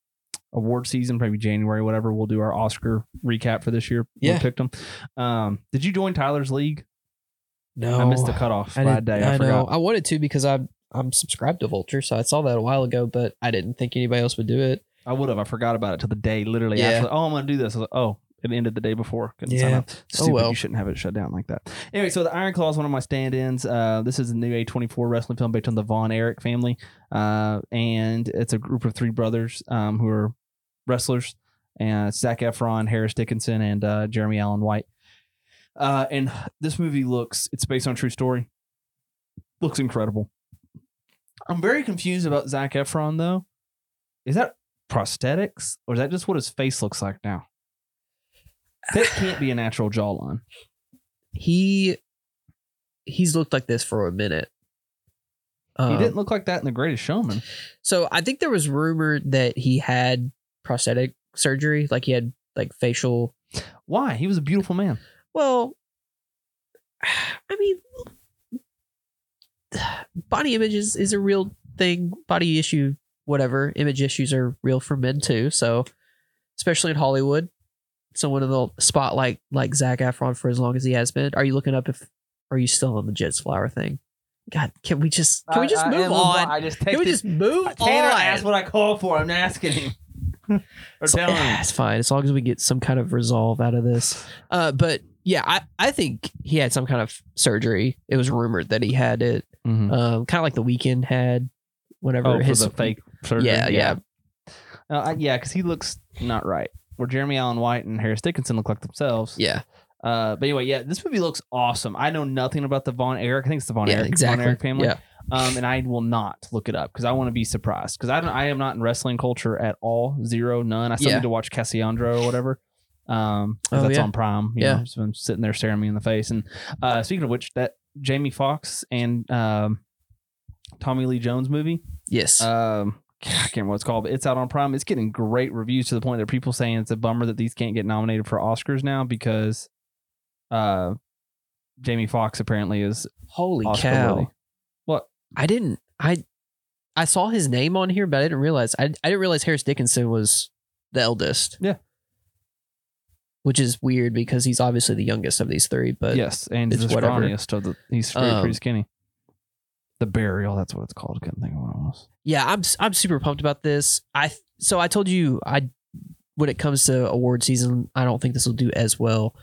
Speaker 1: award season, probably January, whatever, we'll do our Oscar recap for this year.
Speaker 2: Yeah.
Speaker 1: We picked them. Um, did you join Tyler's league?
Speaker 2: No,
Speaker 1: I missed the cutoff
Speaker 2: Oh, I
Speaker 1: by a
Speaker 2: did-
Speaker 1: day. I,
Speaker 2: I
Speaker 1: forgot.
Speaker 2: know. I wanted to because I'm I'm subscribed to Vulture, so I saw that a while ago, but I didn't think anybody else would do it.
Speaker 1: I would have. I forgot about it till the day literally
Speaker 2: Yeah.
Speaker 1: after. Oh, I'm gonna do this. I was like, oh, it ended the day before. Couldn't sign
Speaker 2: Yeah.
Speaker 1: up. Stupid.
Speaker 2: well.
Speaker 1: You shouldn't have it shut down like that. Anyway, so the Iron Claw is one of my stand-ins. Uh, this is a new A24 wrestling film based on the Von Erich family, uh, and it's a group of three brothers um, who are wrestlers, and it's Zac Efron, Harris Dickinson, and uh, Jeremy Allen White. Uh, and this movie looks. It's based on a true story. Looks incredible. I'm very confused about Zac Efron though. Is that prosthetics, or is that just what his face looks like now? That can't be a natural jawline.
Speaker 2: He he's looked like this for a minute.
Speaker 1: he
Speaker 2: Um,
Speaker 1: didn't look like that in The Greatest Showman.
Speaker 2: So I think there was rumor that he had prosthetic surgery, like he had like facial.
Speaker 1: Why? He was a beautiful man.
Speaker 2: Well, I mean, body image is, is a real thing. Body issue, whatever. Image issues are real for men too. So, especially in Hollywood, someone in the spotlight like Zach Efron for as long as he has been. Are you looking up if? Are you still on the Jets Flower thing? God, can we just can we just move on?
Speaker 1: I just
Speaker 2: Can we just move
Speaker 1: Tanner
Speaker 2: on?
Speaker 1: asked what I called for. I'm asking him. or
Speaker 2: So- ah,
Speaker 1: telling him.
Speaker 2: it's fine as long as we get some kind of resolve out of this. Uh, but yeah, I, I think he had some kind of surgery. It was rumored that he had it, um, kind of like the weekend had whenever
Speaker 1: Mm-hmm. Oh, for
Speaker 2: his
Speaker 1: the fake surgery.
Speaker 2: Yeah, yeah,
Speaker 1: Uh, I- yeah, because he looks not right. Where Jeremy Allen White and Harris Dickinson look like themselves.
Speaker 2: yeah.
Speaker 1: Uh, but anyway, yeah, this movie looks awesome. I know nothing about the Von Erich. I think it's the Von
Speaker 2: yeah,
Speaker 1: Erich Von
Speaker 2: exactly.
Speaker 1: Erich family.
Speaker 2: Yeah,
Speaker 1: um, and I will not look it up because I want to be surprised because I don't, I am not in wrestling culture at all, zero, none. I still
Speaker 2: Yeah.
Speaker 1: need to watch Cassiandra or whatever. Um, 'cause
Speaker 2: Oh,
Speaker 1: that's
Speaker 2: yeah.
Speaker 1: on Prime. You
Speaker 2: Yeah.
Speaker 1: know, so I'm sitting there staring me in the face. And uh, speaking of which, that Jamie Foxx and um, Tommy Lee Jones movie,
Speaker 2: yes.
Speaker 1: um, I can't remember what it's called, but it's out on Prime. It's getting great reviews to the point that people saying it's a bummer that these can't get nominated for Oscars now because uh, Jamie Foxx apparently is
Speaker 2: Holy
Speaker 1: Oscar
Speaker 2: cow!
Speaker 1: worthy.
Speaker 2: I didn't. I I saw his name on here, but I didn't realize. I I didn't realize Harris Dickinson was the eldest.
Speaker 1: Yeah.
Speaker 2: Which is weird because he's obviously the youngest of these three, but
Speaker 1: yes, and he's
Speaker 2: it's
Speaker 1: the
Speaker 2: whatever.
Speaker 1: scrawniest of the. He's pretty,
Speaker 2: Um,
Speaker 1: pretty skinny. The burial, that's what it's called. Couldn't think of what it was.
Speaker 2: yeah i'm i'm super pumped about this i so i told you i when it comes to award season i don't think this will do as well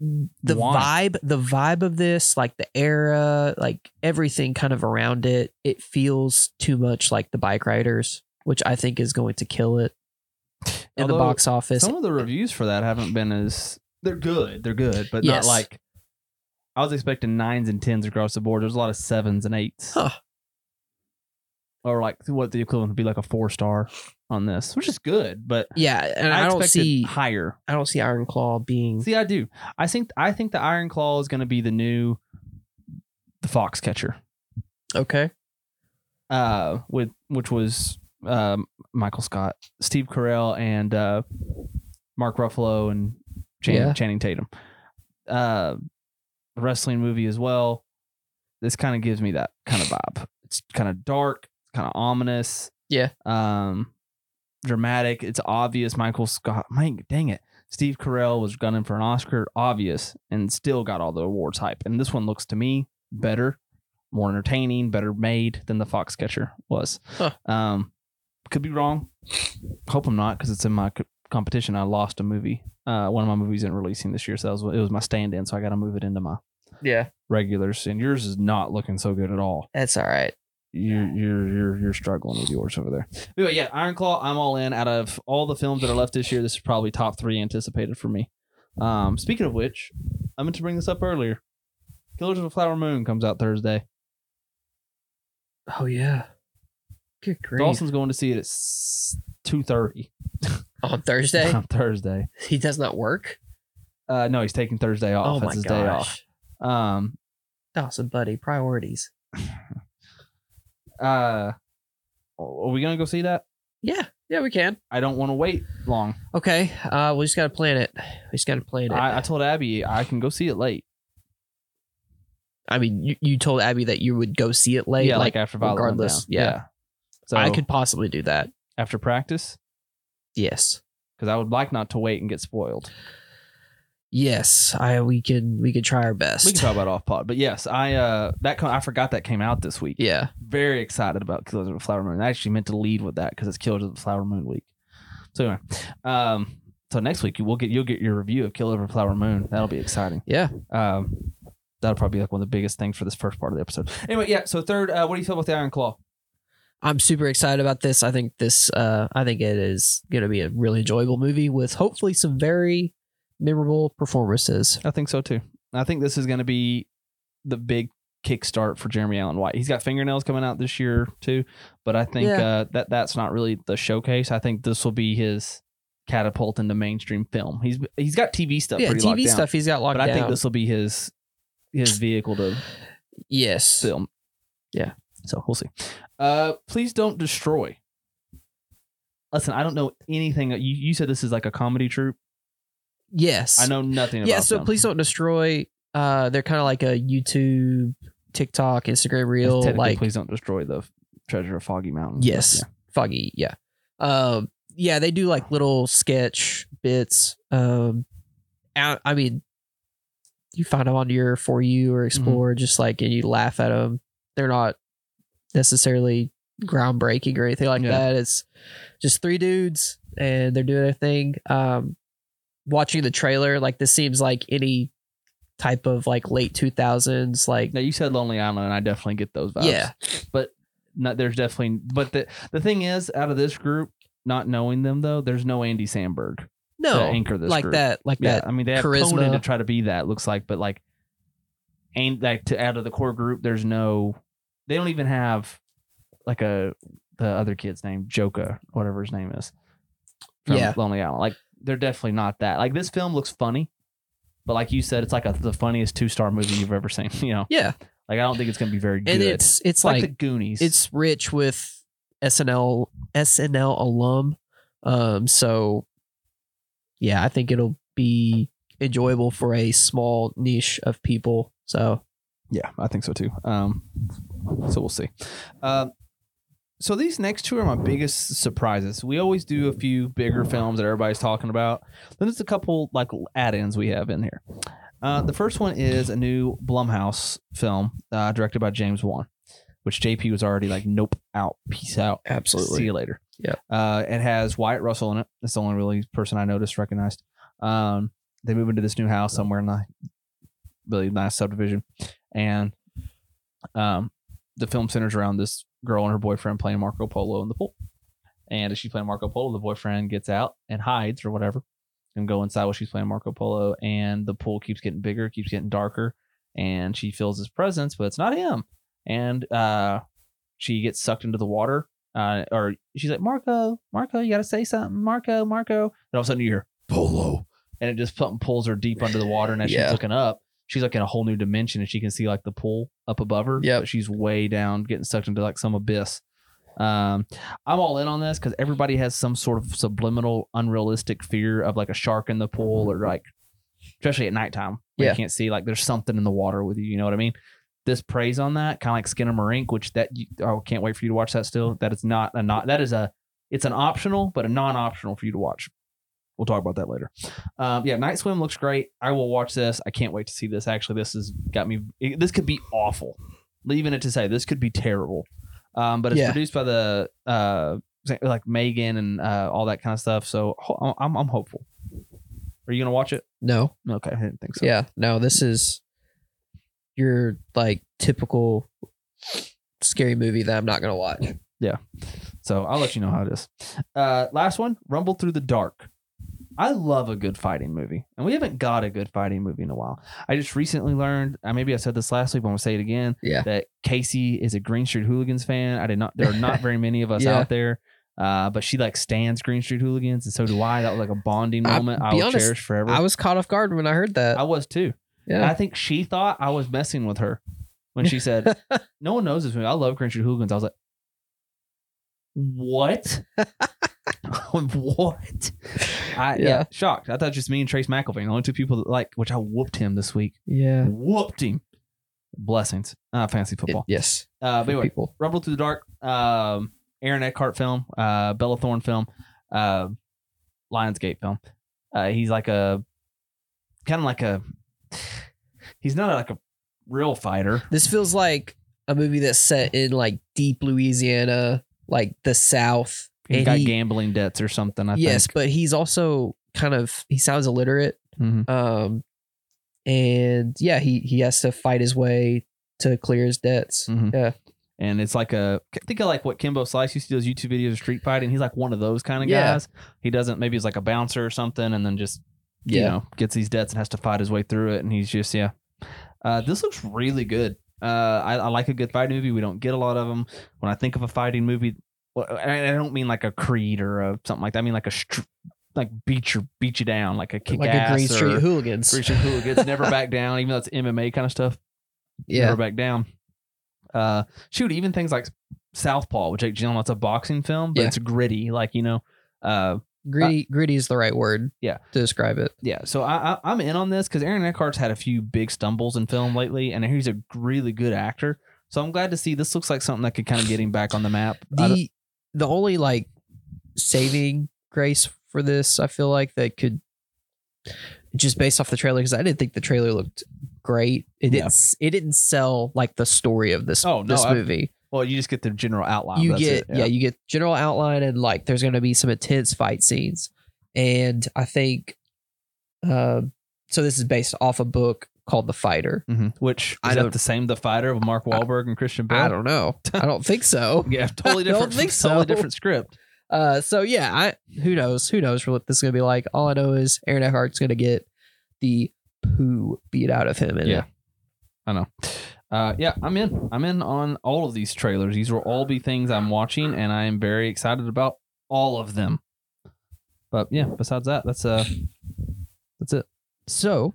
Speaker 2: the
Speaker 1: Why?
Speaker 2: vibe the vibe of this like the era like everything kind of around it it feels too much like the bike riders which i think is going to kill it in the
Speaker 1: Although,
Speaker 2: box office
Speaker 1: Some of the reviews for that haven't been as. They're good. They're good, but
Speaker 2: Yes.
Speaker 1: not like. I was expecting nines and tens across the board. There's a lot of sevens and eights.
Speaker 2: Huh.
Speaker 1: Or like what the equivalent would be like a four star on this, which is good, but
Speaker 2: yeah and i, don't
Speaker 1: expected
Speaker 2: see
Speaker 1: higher.
Speaker 2: i don't see iron claw being
Speaker 1: See, I do. I think I think the Iron Claw is going to be the new, the fox catcher.
Speaker 2: okay
Speaker 1: uh, with which was um, Michael Scott, Steve Carell, and uh, Mark Ruffalo and Chan-
Speaker 2: Yeah.
Speaker 1: Channing Tatum. Uh, wrestling movie as well. This kind of gives me that kind of vibe. It's kind of dark, kind of ominous.
Speaker 2: Yeah.
Speaker 1: Um, dramatic. It's obvious. Michael Scott. Mike, dang it. Steve Carell was gunning for an Oscar, obvious, and still got all the awards hype. And this one looks to me better more entertaining, better made than the Foxcatcher was.
Speaker 2: Huh.
Speaker 1: Um, could be wrong. Hope I'm not because it's in my co- competition. I lost a movie. Uh, one of my movies isn't releasing this year, so that was, it was my stand-in. So I got to move it into my
Speaker 2: yeah
Speaker 1: regulars. And yours is not looking so good at all.
Speaker 2: that's all right
Speaker 1: You're you're you're, you're struggling with yours over there. Anyway, yeah, Iron Claw. I'm all in. Out of all the films that are left this year, this is probably top three anticipated for me. Um, speaking of which, I meant to bring this up earlier. Killers of the Flower Moon comes out Thursday.
Speaker 2: oh yeah good grief
Speaker 1: Dawson's going to see it at two thirty
Speaker 2: on thursday
Speaker 1: on Thursday.
Speaker 2: he does not work.
Speaker 1: Uh, no, he's taking Thursday off.
Speaker 2: oh
Speaker 1: That's
Speaker 2: my
Speaker 1: his day off.
Speaker 2: gosh,
Speaker 1: Um,
Speaker 2: Dawson, buddy, priorities.
Speaker 1: uh, are we gonna go see that?
Speaker 2: Yeah, yeah, we can.
Speaker 1: I don't want to wait long.
Speaker 2: Okay, uh, we just gotta plan it. We just gotta plan it.
Speaker 1: I, I told Abby I can go see it late.
Speaker 2: I mean, you, you told Abby that you would go see it late.
Speaker 1: yeah, like, after Violet went down.
Speaker 2: regardless, yeah.
Speaker 1: So
Speaker 2: I could possibly do that.
Speaker 1: after practice
Speaker 2: Yes,
Speaker 1: because I would like not to wait and get spoiled.
Speaker 2: yes. I we can we can try our best.
Speaker 1: We can talk about off pod, but yes, I uh that co- I forgot that came out this week.
Speaker 2: yeah,
Speaker 1: Very excited about Killers of the Flower Moon. I actually meant to lead with that because it's Killers of the Flower Moon week. So anyway, um, so next week you will get you'll get your review of Killers of the Flower Moon. That'll be exciting.
Speaker 2: yeah.
Speaker 1: Um, that'll probably be like one of the biggest things for this first part of the episode. Anyway, yeah. So third, uh, what do you feel about the Iron Claw?
Speaker 2: I'm super excited about this. I think this. Uh, I think it is gonna be a really enjoyable movie with hopefully some very memorable performances.
Speaker 1: I think so too. I think this is going to be the big kickstart for Jeremy Allen White. He's got fingernails coming out this year too, but I think
Speaker 2: Yeah.
Speaker 1: uh, that that's not really the showcase. I think this will be his catapult into mainstream film. He's he's got TV stuff.
Speaker 2: yeah,
Speaker 1: pretty locked
Speaker 2: TV
Speaker 1: down,
Speaker 2: stuff he's got
Speaker 1: but
Speaker 2: locked down.
Speaker 1: I think this will be his his vehicle to
Speaker 2: yes.
Speaker 1: film.
Speaker 2: Yeah.
Speaker 1: So we'll see. Uh, please don't destroy. Listen, I don't know anything. You, you said this is like a comedy troupe.
Speaker 2: Yes.
Speaker 1: I know nothing about
Speaker 2: Yeah. So
Speaker 1: them.
Speaker 2: please don't destroy. Uh, they're kind of like a YouTube, TikTok, Instagram
Speaker 1: It's
Speaker 2: reel,
Speaker 1: technically
Speaker 2: like
Speaker 1: please don't destroy the treasure of Foggy Mountain. but
Speaker 2: Yes. Foggy. Yeah. Um, yeah, they do like little sketch bits. Um, I, I mean, you find them on your for you
Speaker 1: Mm-hmm.
Speaker 2: or explore, just like and you laugh at them. They're not necessarily groundbreaking or anything like
Speaker 1: Yeah.
Speaker 2: that. It's just three dudes and they're doing their thing. Um, watching the trailer, like this seems like any type of like late two thousands, like
Speaker 1: Now you said Lonely Island, and I definitely get those vibes.
Speaker 2: Yeah.
Speaker 1: but not there's definitely. But the the thing is, out of this group, not knowing them though, there's no Andy Sandberg
Speaker 2: no,
Speaker 1: to anchor this
Speaker 2: like
Speaker 1: group.
Speaker 2: that, like
Speaker 1: yeah,
Speaker 2: that.
Speaker 1: I mean they have
Speaker 2: charisma.
Speaker 1: Conan to try to be that it looks like, but like, ain't like to out of the core group, there's no. They don't even have like a the other kid's name, Joka, whatever his name is. From
Speaker 2: Yeah.
Speaker 1: Lonely Island. Like they're definitely not that. Like this film looks funny, but like you said, it's like a, the funniest two star movie you've ever seen. You know,
Speaker 2: Yeah,
Speaker 1: like I don't think it's gonna be very good.
Speaker 2: and it's it's
Speaker 1: It's like,
Speaker 2: like
Speaker 1: the Goonies.
Speaker 2: it's rich with SNL SNL alum. Um, so yeah, I think it'll be enjoyable for a small niche of people. So
Speaker 1: yeah, I think so too. Um, so we'll see. Um, so these next two are my biggest surprises. We always do a few bigger films that everybody's talking about. Then there's a couple like add-ins we have in here. Uh, the first one is a new Blumhouse film uh, directed by James Wan, which JP was already like, "Nope, out, peace out." See you later.
Speaker 2: Yeah.
Speaker 1: Uh, it has Wyatt Russell in it. That's the only really person I noticed recognized. Um, they move into this new house somewhere in the really nice subdivision, and um, the film centers around this girl and her boyfriend playing Marco Polo in the pool. And as she's playing Marco Polo, the boyfriend gets out and hides or whatever, and go inside while she's playing Marco Polo. And the pool keeps getting bigger, keeps getting darker, and she feels his presence, but it's not him. And uh, she gets sucked into the water uh, or she's like, Marco, Marco, you gotta say something, Marco, Marco. And all of a sudden you hear Polo, and it just something pulls her deep under the water, and as
Speaker 2: Yeah.
Speaker 1: she's looking up, she's like in a whole new dimension, and she can see like the pool up above her.
Speaker 2: Yep.
Speaker 1: but she's way down, getting sucked into like some abyss. Um, I'm all in on this because everybody has some sort of subliminal, unrealistic fear of like a shark in the pool, or like, especially at nighttime, where
Speaker 2: Yeah.
Speaker 1: you can't see. Like, there's something in the water with you. You know what I mean? this preys on that kind of like Skinner Marink, which that you, oh can't wait for you to watch that still. That is not a not that is a it's an optional but a non optional for you to watch. We'll talk about that later. Um, yeah, Night Swim looks great. I will watch this. I can't wait to see this. Actually, this has got me. It, this could be awful. Leaving it to say this could be terrible. Um, but it's
Speaker 2: Yeah.
Speaker 1: produced by the uh, like Megan and uh, all that kind of stuff. So ho- I'm I'm hopeful. Are you gonna watch it?
Speaker 2: no,
Speaker 1: Okay, I didn't think so.
Speaker 2: yeah, no, this is your like typical scary movie that I'm not gonna watch.
Speaker 1: So I'll let you know how it is. Uh, last one, Rumble Through the Dark. I love a good fighting movie, and we haven't got a good fighting movie in a while. I just recently learned, uh, maybe I said this last week, but I'm gonna say it again.
Speaker 2: Yeah.
Speaker 1: that Casey is a Green Street Hooligans fan. I did not. There are not very many of us
Speaker 2: Yeah.
Speaker 1: out there, uh, but she like stands Green Street Hooligans, and so do I. That was like a bonding
Speaker 2: I-
Speaker 1: moment I
Speaker 2: be
Speaker 1: will
Speaker 2: honest,
Speaker 1: cherish forever.
Speaker 2: I was caught off guard when I heard that.
Speaker 1: I was too. And
Speaker 2: yeah,
Speaker 1: I think she thought I was messing with her when she said, "No one knows this movie. I love Green Street Hooligans." I was like, what? what? I, yeah.
Speaker 2: Yeah.
Speaker 1: shocked. I thought it was just me and Trace McElvain, the only two people that like, which I whooped him this week.
Speaker 2: Yeah.
Speaker 1: Whooped him. Blessings. Uh, fantasy football.
Speaker 2: yes.
Speaker 1: Uh, but anyway,
Speaker 2: people.
Speaker 1: Rumble Through the Dark, um, Aaron Eckhart film, uh, Bella Thorne film, uh, Lionsgate film. Uh, he's like a kind of like a. He's not like a real fighter.
Speaker 2: This feels like a movie that's set in like deep Louisiana, like the South.
Speaker 1: He's
Speaker 2: And
Speaker 1: got
Speaker 2: he-
Speaker 1: gambling debts or something. I
Speaker 2: yes,
Speaker 1: think.
Speaker 2: but he's also kind of he sounds illiterate.
Speaker 1: Mhm.
Speaker 2: Um, and yeah, he he has to fight his way to clear his debts.
Speaker 1: Mhm.
Speaker 2: Yeah.
Speaker 1: and it's like a think of like what Kimbo Slice used to do those YouTube videos of street fighting. He's like one of those kind of
Speaker 2: Yeah.
Speaker 1: guys. He doesn't maybe he's like a bouncer or something, and then just you
Speaker 2: Yeah.
Speaker 1: know gets these debts and has to fight his way through it. And he's just yeah, uh, this looks really good. Uh, I, I like a good fighting movie. We don't get a lot of them. When I think of a fighting movie, well, I, I don't mean like a Creed or a, something like that. I mean like a str- like beat your beat you down like a kick
Speaker 2: like
Speaker 1: ass
Speaker 2: a Green
Speaker 1: or
Speaker 2: Street hooligans.
Speaker 1: Green Street hooligans never back down, even though it's MMA kind of stuff
Speaker 2: yeah.
Speaker 1: never back down. Uh, shoot, even things like Southpaw with Jake Gyllenhaal. It's a boxing film, but
Speaker 2: Yeah.
Speaker 1: it's gritty. Like you know, uh,
Speaker 2: Gritty gritty is the right word.
Speaker 1: Yeah.
Speaker 2: To describe it.
Speaker 1: yeah. So I, I I'm in on this because Aaron Eckhart's had a few big stumbles in film lately, and he's a really good actor. So I'm glad to see this looks like something that could kind of get him back on the map. I don't-
Speaker 2: The the only like saving grace for this, I feel like that could just based off the trailer because I didn't think the trailer looked great. It
Speaker 1: Yeah.
Speaker 2: didn't s- it didn't sell like the story of this
Speaker 1: Oh, no,
Speaker 2: this
Speaker 1: I-
Speaker 2: movie.
Speaker 1: well, you just get the general outline.
Speaker 2: you
Speaker 1: that's
Speaker 2: get
Speaker 1: it,
Speaker 2: yeah. you get general outline and like there's going to be some intense fight scenes and i think um so this is based off a book called the fighter
Speaker 1: Mhm. Which is
Speaker 2: I
Speaker 1: that
Speaker 2: don't-
Speaker 1: the same The Fighter with Mark Wahlberg and Christian Bale?
Speaker 2: i don't know i don't think so
Speaker 1: yeah, totally
Speaker 2: I don't
Speaker 1: different.
Speaker 2: think
Speaker 1: Totally
Speaker 2: so.
Speaker 1: different script.
Speaker 2: uh so yeah i who knows who knows what this is going to be like all i know is aaron eckhart's going to get the poo beat out of him and
Speaker 1: Yeah. I know. Uh, yeah, I'm in. I'm in on all of these trailers. These will all be things I'm watching, and I am very excited about all of them. But yeah, besides that, that's uh, that's it.
Speaker 2: so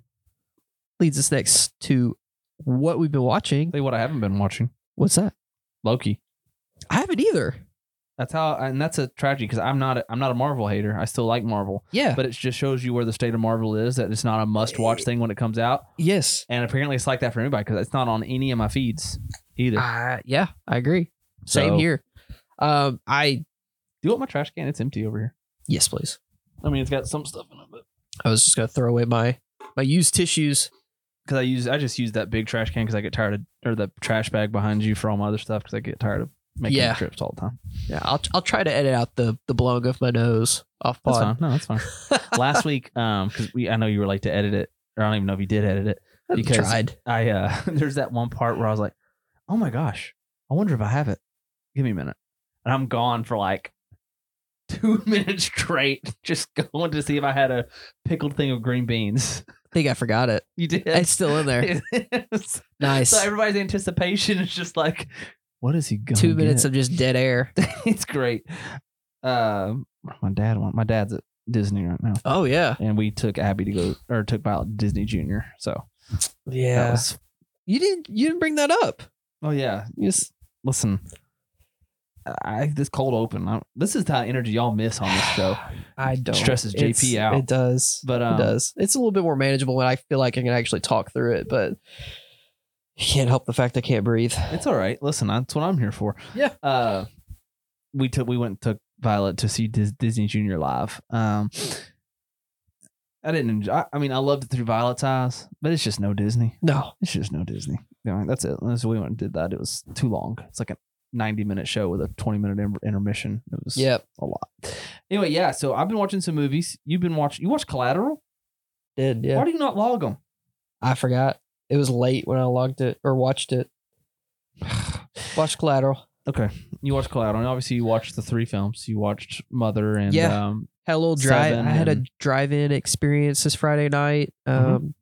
Speaker 2: leads us next to what we've been watching
Speaker 1: Tell you what I haven't been watching
Speaker 2: what's that
Speaker 1: Loki.
Speaker 2: i haven't either
Speaker 1: That's how, and that's a tragedy because I'm not. A, I'm not a Marvel hater. I still like Marvel,
Speaker 2: yeah
Speaker 1: but it just shows you where the state of Marvel is. That it's not a must-watch thing when it comes out,
Speaker 2: yes
Speaker 1: and apparently it's like that for anybody because it's not on any of my feeds either.
Speaker 2: Uh, yeah, I agree. Same
Speaker 1: So-
Speaker 2: here. Um, I
Speaker 1: Do you want my trash can? It's empty over here.
Speaker 2: yes, please.
Speaker 1: I mean, it's got some stuff in it, but
Speaker 2: I was just gonna throw away my my used tissues.
Speaker 1: because I use I just use that big trash can because I get tired of or the trash bag behind you for all my other stuff because I get tired of making
Speaker 2: Yeah.
Speaker 1: trips all the time.
Speaker 2: Yeah, I'll I'll try to edit out the the blowing of my nose off
Speaker 1: That's fine.
Speaker 2: pod.
Speaker 1: No, that's fine. Last week, um, because we I know you were late to edit it, or I don't even know if you did edit it. because-
Speaker 2: tried.
Speaker 1: I uh, there's that one part where I was like, oh my gosh, I wonder if I have it. Give me a minute, and I'm gone for like. Two minutes straight, just going to see if I had a pickled thing of green beans.
Speaker 2: I think I forgot it.
Speaker 1: You did.
Speaker 2: It's still in there. Nice.
Speaker 1: So everybody's anticipation is just like, what is he going?
Speaker 2: Two minutes of just dead air.
Speaker 1: it's great. Um, my dad went. My dad's at Disney right now,
Speaker 2: Oh yeah,
Speaker 1: and we took Abby to go or took Violet to Disney Junior. So that
Speaker 2: yeah.
Speaker 1: was.
Speaker 2: you didn't you didn't bring that up.
Speaker 1: Oh yeah, just listen. I this cold open. I, this is the energy y'all miss on this show.
Speaker 2: I don't.
Speaker 1: Stresses JP
Speaker 2: It's-
Speaker 1: out.
Speaker 2: It does.
Speaker 1: But um,
Speaker 2: it does. It's a little bit more manageable when I feel like I can actually talk through it, but you can't help the fact I can't breathe.
Speaker 1: It's all right. Listen, that's what I'm here for.
Speaker 2: Yeah.
Speaker 1: Uh, we took we went and took Violet to see Dis- Disney Junior live. Um, I didn't. Enjoy, I, I mean, I loved it through Violet's eyes, but it's just no Disney.
Speaker 2: No.
Speaker 1: It's just no Disney. You know, that's it. That's we went and did that. It was too long. It's like a 90 minute show with a 20 minute inter- intermission. It was
Speaker 2: Yep.
Speaker 1: a lot. Anyway, yeah. So I've been watching some movies. You've been watching. You watched Collateral.
Speaker 2: Did yeah.
Speaker 1: Why do you not log them?
Speaker 2: I forgot. It was late when I logged it or watched it. Watched Collateral.
Speaker 1: Okay, you watched Collateral. And obviously, you watched the three films. You watched Mother and
Speaker 2: Yeah.
Speaker 1: um,
Speaker 2: Had a little drive.
Speaker 1: Seven
Speaker 2: I had a
Speaker 1: and- Mm-hmm.
Speaker 2: drive-in experience this Friday night. Um,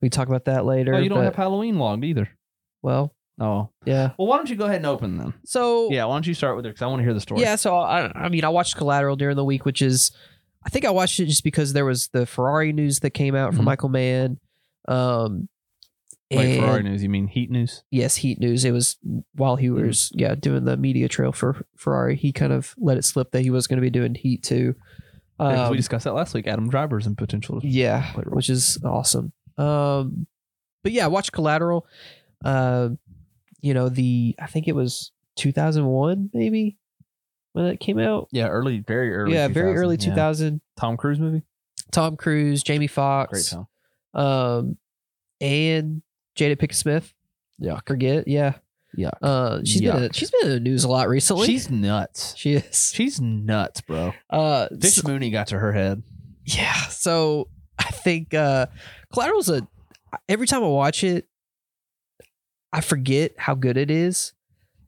Speaker 2: We can talk about that later.
Speaker 1: Oh, you don't
Speaker 2: but-
Speaker 1: have Halloween logged either.
Speaker 2: well,
Speaker 1: Oh.
Speaker 2: yeah.
Speaker 1: Well, why don't you go ahead and open them?
Speaker 2: So
Speaker 1: Yeah, why don't you start with her? Because I want to hear the story.
Speaker 2: yeah. So I, I mean, I watched Collateral during the week, which is, I think I watched it just because there was the Ferrari news that came out from
Speaker 1: Mhm.
Speaker 2: Michael Mann. Um,
Speaker 1: Mm-hmm. Like
Speaker 2: And-
Speaker 1: Ferrari news, you mean heat news?
Speaker 2: yes, Heat News. It was while he
Speaker 1: Mhm.
Speaker 2: was yeah doing the media trail for Ferrari. He kind of let it slip that he was going to be doing Heat too.
Speaker 1: Yeah, 'cause
Speaker 2: Um,
Speaker 1: we discussed that last week. Adam Driver's and potential.
Speaker 2: yeah,
Speaker 1: Play role.
Speaker 2: which is awesome. Um, but yeah, watch Collateral. Uh, you know the I think it was 2001 maybe when it came out.
Speaker 1: Yeah, early, very early.
Speaker 2: yeah, very
Speaker 1: 2000,
Speaker 2: early
Speaker 1: yeah.
Speaker 2: 2000.
Speaker 1: Tom Cruise movie.
Speaker 2: Tom Cruise, Jamie
Speaker 1: Great
Speaker 2: Foxx,
Speaker 1: film.
Speaker 2: um, and Jada Pinkett Smith.
Speaker 1: Yeah,
Speaker 2: Forget, yeah.
Speaker 1: yeah.
Speaker 2: Uh, she's been in,
Speaker 1: Yuck.
Speaker 2: she's been in the news a lot recently.
Speaker 1: She's nuts.
Speaker 2: she is.
Speaker 1: She's nuts, bro.
Speaker 2: Uh,
Speaker 1: Dish
Speaker 2: so-
Speaker 1: Mooney got to her head.
Speaker 2: yeah. So I think uh, Collateral's a. Every time I watch it, I forget how good it is.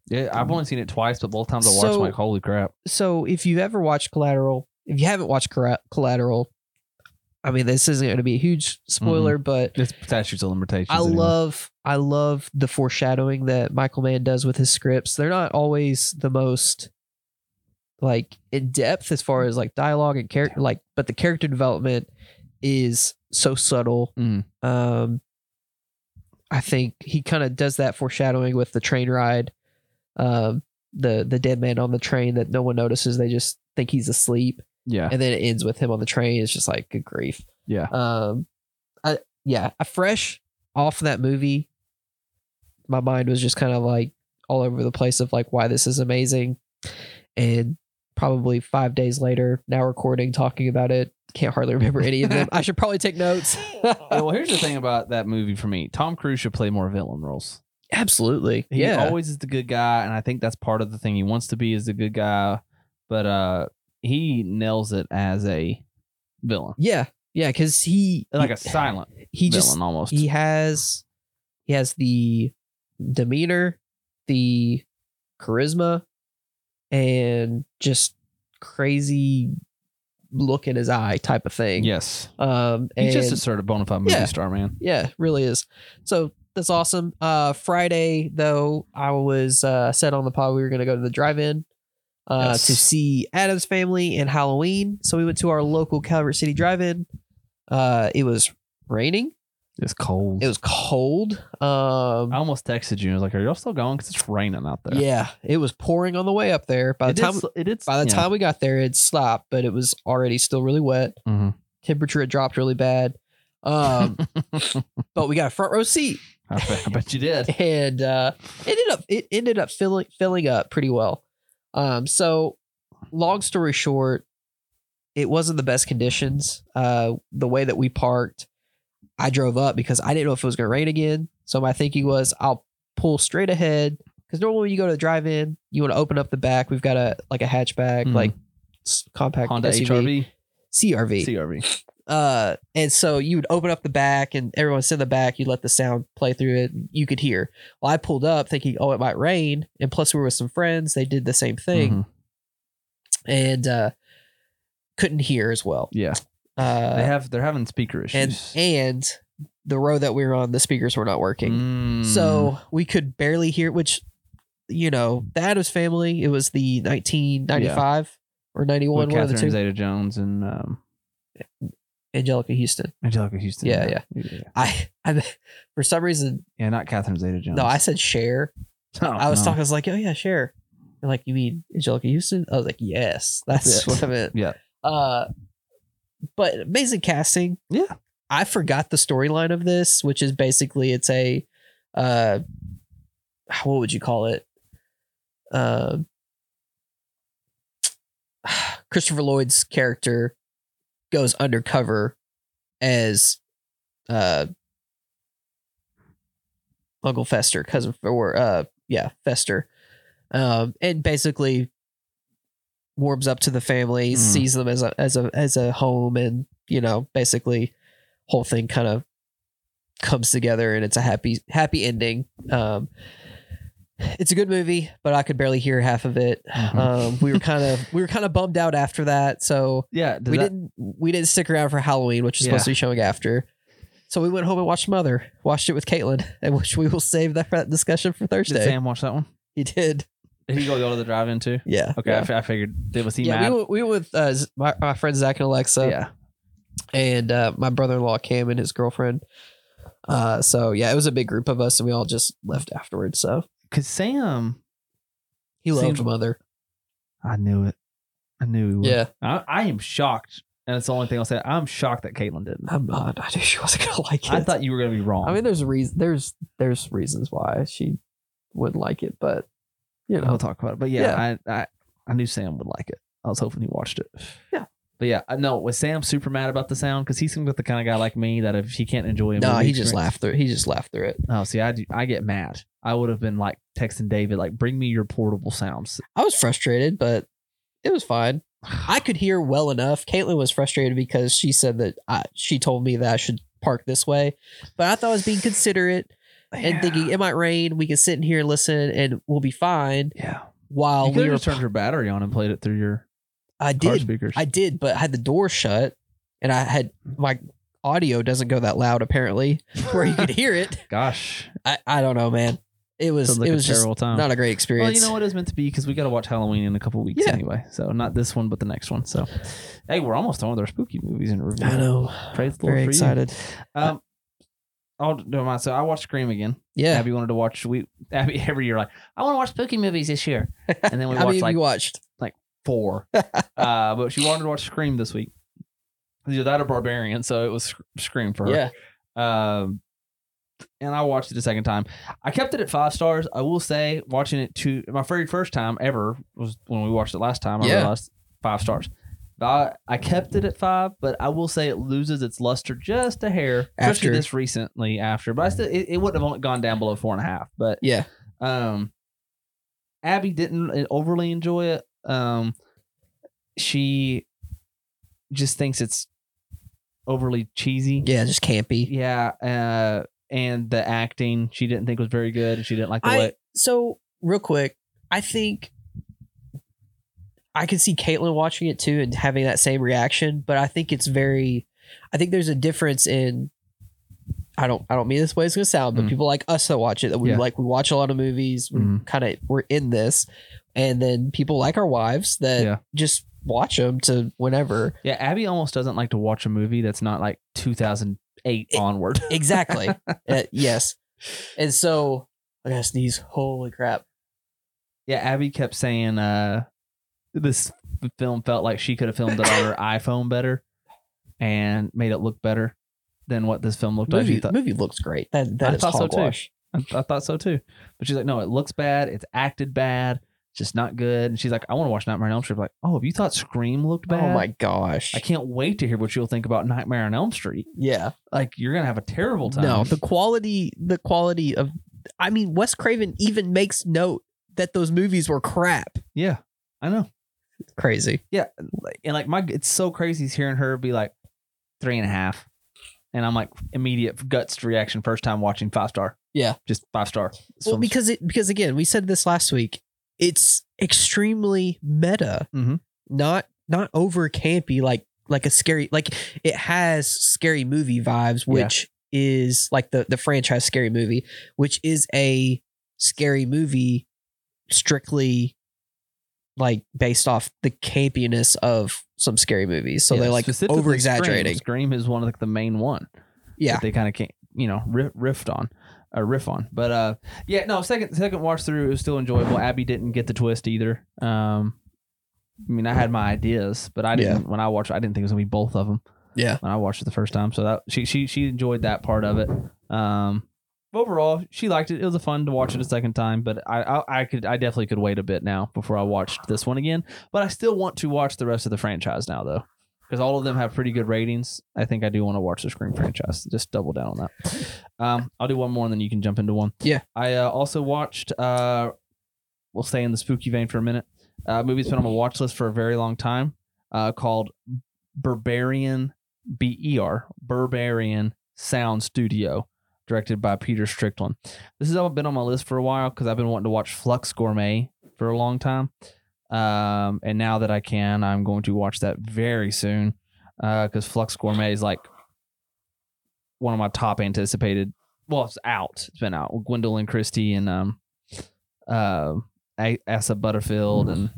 Speaker 1: Yeah, I've only seen it twice, but both times I watched,
Speaker 2: So-
Speaker 1: I'm like, holy crap.
Speaker 2: So if you've ever watched Collateral, if you haven't watched Corra- Collateral, I mean this isn't going to be a huge
Speaker 1: Mm-hmm.
Speaker 2: spoiler, but
Speaker 1: It's statutes of limitations.
Speaker 2: I
Speaker 1: anyway.
Speaker 2: love I love the foreshadowing that Michael Mann does with his scripts. They're not always the most like in depth as far as like dialogue and character like but the character development is so subtle.
Speaker 1: Mm.
Speaker 2: Um I think he kind of does that foreshadowing with the train ride. Um the the dead man on the train that no one notices. They just think he's asleep.
Speaker 1: Yeah.
Speaker 2: And then it ends with him on the train. It's just like good grief
Speaker 1: Yeah.
Speaker 2: um I, yeah I fresh off that movie my mind was just kind of like all over the place of like why this is amazing and probably five days later now recording talking about it can't hardly remember any of them i should probably take notes
Speaker 1: Yeah, well, here's the thing about that movie for me. Tom Cruise should play more villain roles.
Speaker 2: absolutely
Speaker 1: He
Speaker 2: yeah
Speaker 1: always is the good guy, and I think that's part of the thing he wants to be is the good guy. But uh he nails it as a villain.
Speaker 2: yeah yeah because he
Speaker 1: Like a silent
Speaker 2: he
Speaker 1: villain
Speaker 2: just
Speaker 1: almost.
Speaker 2: he has he has the demeanor the charisma and just crazy look in his eye type of thing
Speaker 1: yes.
Speaker 2: um and
Speaker 1: He's just a sort of bona fide movie
Speaker 2: Yeah.
Speaker 1: star, man.
Speaker 2: yeah really is so that's awesome uh friday though i was uh said on the pod we were gonna go to the drive-in uh,
Speaker 1: Yes.
Speaker 2: to see Adam's family and Halloween. So we went to our local Calvert City drive-in. Uh, it was raining.
Speaker 1: It's cold.
Speaker 2: It was cold. Um,
Speaker 1: I almost texted you. I was like, "Are y'all still going? Because it's raining out there."
Speaker 2: Yeah, it was pouring on the way up there. By
Speaker 1: It
Speaker 2: the
Speaker 1: did
Speaker 2: time
Speaker 1: sl- it did.
Speaker 2: by the
Speaker 1: yeah.
Speaker 2: time we got there, it stopped, but it was already still really wet.
Speaker 1: Mhm.
Speaker 2: Temperature had dropped really bad. Um, but we got a front row seat,
Speaker 1: I, bet, I bet you did.
Speaker 2: and uh, it ended up it ended up filling filling up pretty well. Um, so long story short, it wasn't the best conditions. Uh, the way that we parked, I drove up because I didn't know if it was going to rain again. So my thinking was, I'll pull straight ahead because normally when you go to the drive-in, you want to open up the back. We've got a like a hatchback,
Speaker 1: Mhm.
Speaker 2: like s- compact
Speaker 1: Honda
Speaker 2: SUV,
Speaker 1: HRV,
Speaker 2: CRV.
Speaker 1: CRV.
Speaker 2: Uh, and so you would open up the back, and everyone's in the back. You let the sound play through it. You could hear. Well, I pulled up thinking, oh, it might rain, and plus we were with some friends. They did the same thing,
Speaker 1: Mhm.
Speaker 2: and uh, couldn't hear as well.
Speaker 1: Yeah, they
Speaker 2: Uh,
Speaker 1: have they're having speaker
Speaker 2: and
Speaker 1: issues.
Speaker 2: and the row that we were on, the speakers were not working.
Speaker 1: Mm.
Speaker 2: So we could barely hear, which, you know, the Adams family, it was the 1995 or 91,
Speaker 1: with
Speaker 2: one of the
Speaker 1: Catherine
Speaker 2: two.
Speaker 1: Zeta Jones and um,
Speaker 2: Angelica Houston.
Speaker 1: Angelica Houston.
Speaker 2: Yeah,
Speaker 1: yeah,
Speaker 2: I, I, for some reason,
Speaker 1: Yeah, not Catherine Zeta Jones.
Speaker 2: no, I said share. I was talking, I was like, oh, yeah, share. You're like, you mean Angelica Houston? I was like, yes, that's
Speaker 1: Yes.
Speaker 2: what I meant.
Speaker 1: Yeah.
Speaker 2: Uh, but amazing casting.
Speaker 1: Yeah.
Speaker 2: I forgot the storyline of this, which is basically it's a, uh, what would you call it? Um, Christopher Lloyd's character goes undercover as uh, Uncle Fester, cousin or uh, yeah, Fester, um, and basically warms up to the family,
Speaker 1: Mm.
Speaker 2: sees them as a as a as a home, and you know, basically, whole thing kind of comes together, and it's a happy happy ending. Um, it's a good movie, but I could barely hear half of it.
Speaker 1: Mhm.
Speaker 2: Um, we were kind of we were kind of bummed out after that, so
Speaker 1: Yeah, does
Speaker 2: we
Speaker 1: that-
Speaker 2: didn't we didn't stick around for Halloween, which is supposed to be showing after. So we went home and watched Mother, watched it with Caitlin, and which we will save that for that discussion for
Speaker 1: Did
Speaker 2: Thursday.
Speaker 1: Sam watch that one?
Speaker 2: He did,
Speaker 1: Did he go go to the drive-in too?
Speaker 2: yeah.
Speaker 1: Okay, I
Speaker 2: yeah.
Speaker 1: fi- I, figured. Did was he
Speaker 2: Yeah,
Speaker 1: mad?
Speaker 2: we went, we went with uh, Z- my, my friends Zach and Alexa,
Speaker 1: yeah,
Speaker 2: and uh, my brother in law Cam and his girlfriend. Uh, so yeah, it was a big group of us, and we all just left afterwards. So
Speaker 1: Cause Sam,
Speaker 2: he loved
Speaker 1: Seems-
Speaker 2: mother.
Speaker 1: I knew it. I knew he would.
Speaker 2: Yeah,
Speaker 1: I, I am shocked, and it's the only thing I'll say. I'm shocked that Caitlin didn't.
Speaker 2: I'm not. I knew she wasn't gonna like it.
Speaker 1: I thought you were gonna be wrong.
Speaker 2: I mean, there's reason. There's there's reasons why she wouldn't like it, but you know,
Speaker 1: we'll talk about it. But yeah, I, I I knew Sam would like it. I was hoping he watched it.
Speaker 2: Yeah.
Speaker 1: But yeah, I know was Sam super mad about the sound because he seems like the kind of guy like me that if he can't enjoy it,
Speaker 2: no, he just laughed through. He just laughed through it.
Speaker 1: Oh, see, I do, I get mad. I would have been like texting David, like, bring me your portable sounds.
Speaker 2: I was frustrated, but it was fine. I could hear well enough. Caitlin was frustrated because she said that I, she told me that I should park this way, but I thought I was being considerate and thinking it might rain. We can sit in here and listen, and we'll be fine.
Speaker 1: yeah,
Speaker 2: While
Speaker 1: Oh, you could
Speaker 2: we
Speaker 1: have
Speaker 2: were,
Speaker 1: just turned your battery on and played it through your
Speaker 2: I
Speaker 1: car
Speaker 2: did,
Speaker 1: speakers.
Speaker 2: I did, but I had the door shut, and I had my audio doesn't go that loud apparently, where you could hear it.
Speaker 1: Gosh,
Speaker 2: I, I don't know, man. It was
Speaker 1: sounds like
Speaker 2: it was
Speaker 1: a
Speaker 2: just
Speaker 1: terrible time.
Speaker 2: not a great experience.
Speaker 1: Well, you know what it was meant to be because we got to watch Halloween in a couple weeks
Speaker 2: Yeah.
Speaker 1: anyway. So not this one, but the next one. So, hey, we're almost done with our spooky movies and review.
Speaker 2: I know.
Speaker 1: Praise the Lord
Speaker 2: Very
Speaker 1: for you.
Speaker 2: excited.
Speaker 1: Um, I'll do mine. So I watched Scream again.
Speaker 2: Yeah.
Speaker 1: Abby wanted to watch. We Abby every year like I want to watch spooky movies this year, and then we
Speaker 2: How many
Speaker 1: watched
Speaker 2: of
Speaker 1: like
Speaker 2: you watched?
Speaker 1: four. uh, but she wanted to watch Scream this week. Either that or Barbarian, so it was Sc- Scream for her.
Speaker 2: Yeah.
Speaker 1: Um, and I watched it a second time. I kept it at five stars. I will say, watching it two, my very first time ever was when we watched it last time. I
Speaker 2: Yeah.
Speaker 1: realized five stars. I, I kept it at five, but I will say it loses its luster just a hair, especially
Speaker 2: After.
Speaker 1: this recently after. But I still, it, it wouldn't have gone down below four and a half. But
Speaker 2: Yeah.
Speaker 1: um, Abby didn't uh, overly enjoy it. Um, she just thinks it's overly cheesy.
Speaker 2: Yeah, just campy.
Speaker 1: Yeah. Uh, and the acting she didn't think was very good, and she didn't like the way.
Speaker 2: I so real quick, I think I can see Caitlin watching it too and having that same reaction, but I think it's very I think there's a difference in I don't I don't mean this way it's gonna sound, but
Speaker 1: Mm.
Speaker 2: people like us that watch it that we
Speaker 1: Yeah.
Speaker 2: like we watch a lot of movies, we
Speaker 1: Mhm.
Speaker 2: kinda we're in this, and then people like our wives that
Speaker 1: Yeah.
Speaker 2: just watch them to whenever.
Speaker 1: Yeah, Abby almost doesn't like to watch a movie that's not like 2008
Speaker 2: It-
Speaker 1: onward.
Speaker 2: Exactly. Uh, yes. And so I gotta sneeze. Holy crap.
Speaker 1: Yeah, Abby kept saying uh, this f- film felt like she could have filmed it on her iPhone better and made it look better than what this film looked like. She
Speaker 2: Movie,
Speaker 1: thought-
Speaker 2: movie looks great. That that
Speaker 1: I
Speaker 2: is
Speaker 1: thought so too.
Speaker 2: hogwash.
Speaker 1: I, I thought so too. But she's like, no, it looks bad. It's acted bad. It's just not good. And she's like, I want to watch Nightmare on Elm Street. I'm like, oh, if you thought Scream looked bad,
Speaker 2: Oh my gosh.
Speaker 1: I can't wait to hear what you'll think about Nightmare on Elm Street.
Speaker 2: yeah.
Speaker 1: Like, you're gonna have a terrible time.
Speaker 2: No, the quality the quality of I mean, Wes Craven even makes note that those movies were crap.
Speaker 1: yeah, I know.
Speaker 2: Crazy.
Speaker 1: Like- And like, my, it's so crazy hearing her be like three and a half, and I'm like immediate guts reaction first time watching five star.
Speaker 2: Yeah.
Speaker 1: just five star. This
Speaker 2: Well,
Speaker 1: film's-
Speaker 2: because it because again, we said this last week. It's extremely meta.
Speaker 1: Mhm.
Speaker 2: Not not over campy like like a scary like it has scary movie vibes,
Speaker 1: Yeah.
Speaker 2: which is like the the franchise scary movie, which is a scary movie strictly like based off the campiness of some scary movies. So
Speaker 1: yeah,
Speaker 2: they're like
Speaker 1: specifically
Speaker 2: over
Speaker 1: Scream.
Speaker 2: exaggerating.
Speaker 1: Scream is one of like the main one.
Speaker 2: Yeah.
Speaker 1: that they kind of can't you know riff, riffed on or riff on but uh yeah no second second watch through it was still enjoyable abby didn't get the twist either um i mean i had my ideas but i didn't when i watched i didn't think it was gonna be both of them
Speaker 2: Yeah.
Speaker 1: when i watched it the first time so that she she she enjoyed that part of it um overall she liked it it was a fun to watch it a second time but I, I i could i definitely could wait a bit now before i watched this one again but i still want to watch the rest of the franchise now though because all of them have pretty good ratings. I think I do want to watch the Scream franchise. Just double down on that. Um, I'll do one more, and then you can jump into one.
Speaker 2: Yeah.
Speaker 1: I uh, also watched. Uh, we'll stay in the spooky vein for a minute. Uh, movie's been on my watch list for a very long time. Uh, called Barbarian B E R Barbarian Sound Studio, directed by Peter Strickland. This has all been on my list for a while because I've been wanting to watch Flux Gourmet for a long time. Um, and now that I can, I'm going to watch that very soon because Flux Gourmet is like one of my top anticipated. Well, it's out. It's been out. Gwendolyn Christie and um, uh, A- Asa Butterfield and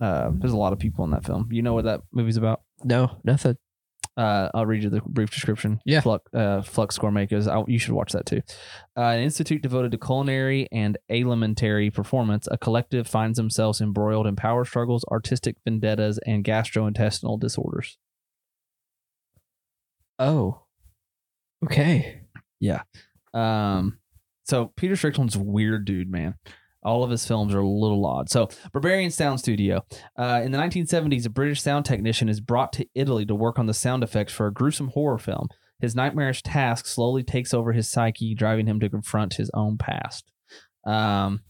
Speaker 1: uh, there's a lot of people in that film. You know what that movie's about?
Speaker 2: No, nothing.
Speaker 1: Uh, I'll read you the brief description.
Speaker 2: Yeah.
Speaker 1: Flux, uh, Flux Gourmet goes, I, you should watch that too. Uh, an institute devoted to culinary and alimentary performance, a collective finds themselves embroiled in power struggles, artistic vendettas, and gastrointestinal disorders.
Speaker 2: Oh. Okay.
Speaker 1: Um, so Peter Strickland's a weird dude, man. All of his films are a little odd. So, Barbarian Sound Studio. Uh, in the 1970s, a British sound technician is brought to Italy to work on the sound effects for a gruesome horror film. His nightmarish task slowly takes over his psyche, driving him to confront his own past. Um,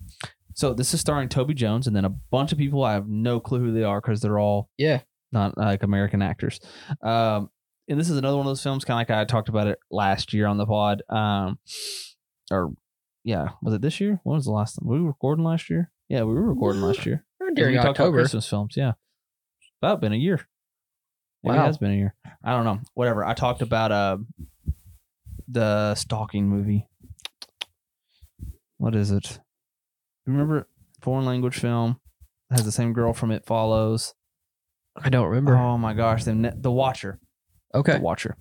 Speaker 1: so, this is starring Toby Jones and then a bunch of people. I have no clue who they are because they're all
Speaker 2: Yeah.
Speaker 1: not like American actors. Um, and this is another one of those films, kind of like I talked about it last year on the pod. Um, or yeah, was it this year? When was the last time we were recording last year? Yeah, we were recording last year. 'Cause
Speaker 2: During
Speaker 1: we talked about
Speaker 2: October.
Speaker 1: Christmas films. Yeah, about been a year. Maybe
Speaker 2: Wow.
Speaker 1: it has been a year. I don't know. Whatever. I talked about uh, the stalking movie. What is it? Remember foreign language film has the same girl from It Follows.
Speaker 2: I don't remember.
Speaker 1: Oh my gosh, the ne- the Watcher, the
Speaker 2: okay.
Speaker 1: Watcher.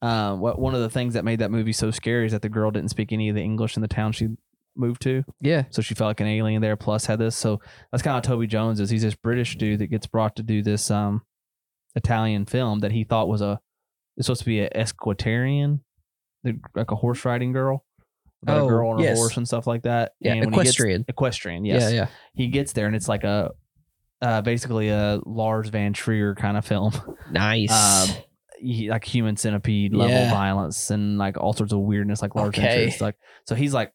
Speaker 1: Um, what one of the things that made that movie so scary is that the girl didn't speak any of the English in the town she moved to,
Speaker 2: Yeah.
Speaker 1: so she felt like an alien there. Plus, had this, so that's kind of Toby Jones is. He's this British dude that gets brought to do this um Italian film that he thought was a it's supposed to be a esquitarian, the- like a horse riding girl, about
Speaker 2: Oh,
Speaker 1: a girl on a
Speaker 2: yes.
Speaker 1: horse and stuff like that.
Speaker 2: Yeah,
Speaker 1: and when he gets-
Speaker 2: equestrian.
Speaker 1: equestrian, yes
Speaker 2: Yeah. Yeah.
Speaker 1: he gets there and it's like a uh, basically a Lars Van Trier kind of film,
Speaker 2: Nice.
Speaker 1: Um, he, like human centipede level
Speaker 2: Yeah.
Speaker 1: violence and like all sorts of weirdness, like Lars Van Trier.
Speaker 2: Okay.
Speaker 1: It's Like so, he's like,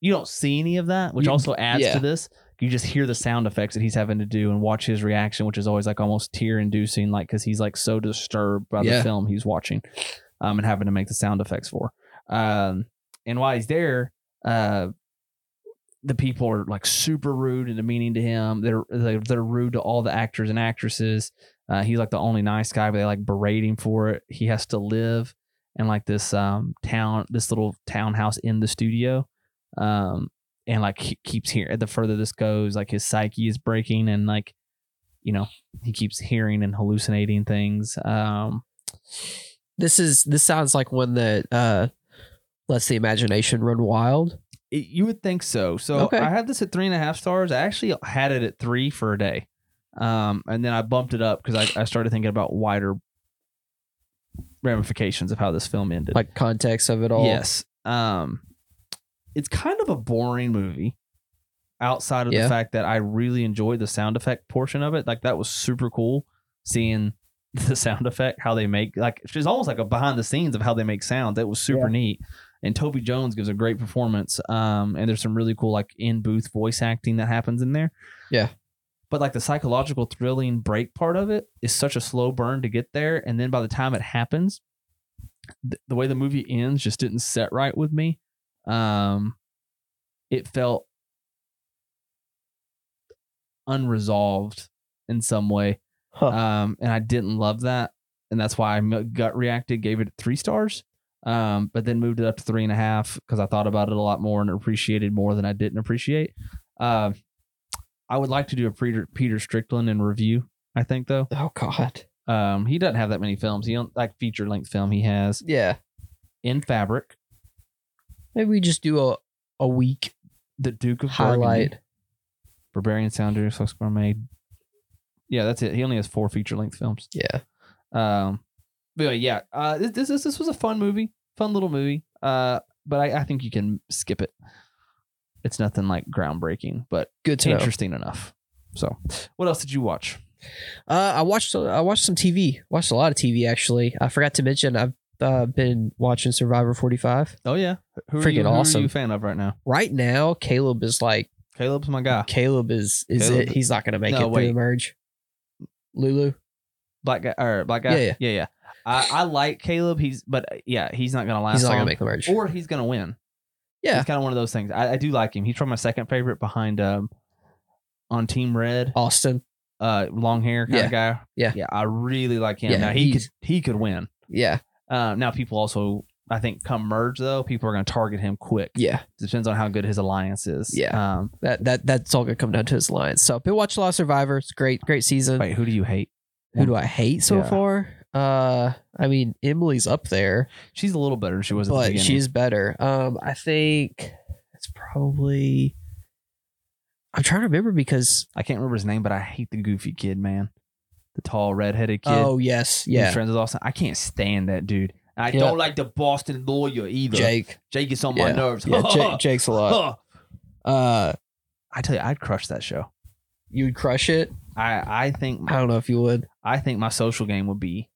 Speaker 1: you don't see any of that, which
Speaker 2: You-
Speaker 1: also adds
Speaker 2: yeah.
Speaker 1: to this. You just hear the sound effects that he's having to do and watch his reaction, which is always like almost tear inducing, like because he's like so disturbed by
Speaker 2: Yeah.
Speaker 1: the film he's watching, um, and having to make the sound effects for. Um, and while he's there, uh, the people are like super rude and demeaning to him. They're they're, they're rude to all the actors and actresses. Uh, he's like the only nice guy, but they like berate him for it. He has to live in like this um town, this little townhouse in the studio, um, and like he keeps hearing. The further this goes, like his psyche is breaking, and like you know he keeps hearing and hallucinating things. Um,
Speaker 2: this is this sounds like one that uh lets the imagination run wild.
Speaker 1: It- you would think so. So
Speaker 2: Okay.
Speaker 1: I had this at three and a half stars. I actually had it at three for a day. Um, and then I bumped it up because I, I started thinking about wider ramifications of how this film ended.
Speaker 2: Like context of it all.
Speaker 1: Yes. Um, it's kind of a boring movie outside of
Speaker 2: Yeah.
Speaker 1: the fact that I really enjoyed the sound effect portion of it. Like that was super cool seeing the sound effect, how they make like it's almost like a behind the scenes of how they make sound. That was super neat. And Toby Jones gives a great performance. Um, and there's some really cool like in booth voice acting that happens in there.
Speaker 2: Yeah.
Speaker 1: But like the psychological thrilling break part of it is such a slow burn to get there. And then by the time it happens, th- the way the movie ends just didn't set right with me. Um, it felt unresolved in some way,
Speaker 2: Huh.
Speaker 1: um, and I didn't love that, and that's why I m- gut reacted, gave it three stars, um, but then moved it up to three and a half because I thought about it a lot more and appreciated more than I didn't appreciate. Um, I would like to do a Peter Peter Strickland in review. I think though,
Speaker 2: oh God.
Speaker 1: um, he doesn't have that many films. He don't like feature length film. He has
Speaker 2: Yeah.
Speaker 1: in fabric.
Speaker 2: Maybe we just do a a week
Speaker 1: The Duke of
Speaker 2: highlight.
Speaker 1: Burgundy, Barbarian Sounder, Flux Gourmet. Yeah, that's it. He only has four feature length films.
Speaker 2: Yeah.
Speaker 1: Um, but anyway, yeah, uh, this, this- this this was a fun movie, fun little movie. Uh, but I, I think you can skip it. It's nothing like groundbreaking, but
Speaker 2: Good to know.
Speaker 1: interesting enough. So, what else did you watch?
Speaker 2: Uh, I watched I watched some TV. Watched a lot of TV actually. I forgot to mention I've uh, been watching Survivor 45.
Speaker 1: Oh yeah, who are
Speaker 2: Freaking
Speaker 1: you, who Are
Speaker 2: awesome.
Speaker 1: you a fan of right now?
Speaker 2: Right now, Caleb is like
Speaker 1: Caleb's my guy.
Speaker 2: Caleb is is
Speaker 1: Caleb-
Speaker 2: it? He's not going to make
Speaker 1: No,
Speaker 2: it through
Speaker 1: wait.
Speaker 2: the merge. Lulu.
Speaker 1: Black guy or black guy.
Speaker 2: Yeah, yeah.
Speaker 1: yeah. I, I like Caleb. He's but uh, yeah, he's not gonna last.
Speaker 2: He's not going to
Speaker 1: long.
Speaker 2: make the merge.
Speaker 1: or he's gonna win.
Speaker 2: Yeah.
Speaker 1: it's kind of one of those things. I, I do like him. He's probably my second favorite behind um on Team Red,
Speaker 2: Austin.
Speaker 1: uh, long hair kind
Speaker 2: Yeah.
Speaker 1: of guy.
Speaker 2: Yeah.
Speaker 1: yeah, I really like him.
Speaker 2: Yeah,
Speaker 1: now he could
Speaker 2: he's-
Speaker 1: he could win.
Speaker 2: Yeah.
Speaker 1: Uh, now people also. I think come merge though, people are going to target him quick.
Speaker 2: Yeah.
Speaker 1: Depends on how good his alliance is.
Speaker 2: Yeah.
Speaker 1: Um,
Speaker 2: That that that's all going to come down to his lines. So I've been watching a lot of Survivor. It's great. Great season.
Speaker 1: wait, who do you hate?
Speaker 2: Who do I hate so
Speaker 1: Yeah.
Speaker 2: far? Uh, I mean, Emily's up there,
Speaker 1: She's a little better than she was at the
Speaker 2: but
Speaker 1: beginning.
Speaker 2: she's better. Um, I think it's probably. I'm trying to remember because
Speaker 1: I can't remember his name, but I hate the goofy kid, man. The tall redheaded kid.
Speaker 2: oh yes,
Speaker 1: He's
Speaker 2: yeah,
Speaker 1: friends with Austin. I can't stand that dude. I
Speaker 2: Yeah.
Speaker 1: don't like the Boston lawyer either. Jake,
Speaker 2: Jake.
Speaker 1: is on my
Speaker 2: Yeah.
Speaker 1: nerves.
Speaker 2: Yeah, Jake, Jake's a lot. Uh,
Speaker 1: I tell you, I'd crush that show.
Speaker 2: you would crush it.
Speaker 1: I I think
Speaker 2: I
Speaker 1: my,
Speaker 2: don't know if you would.
Speaker 1: I think my social game would be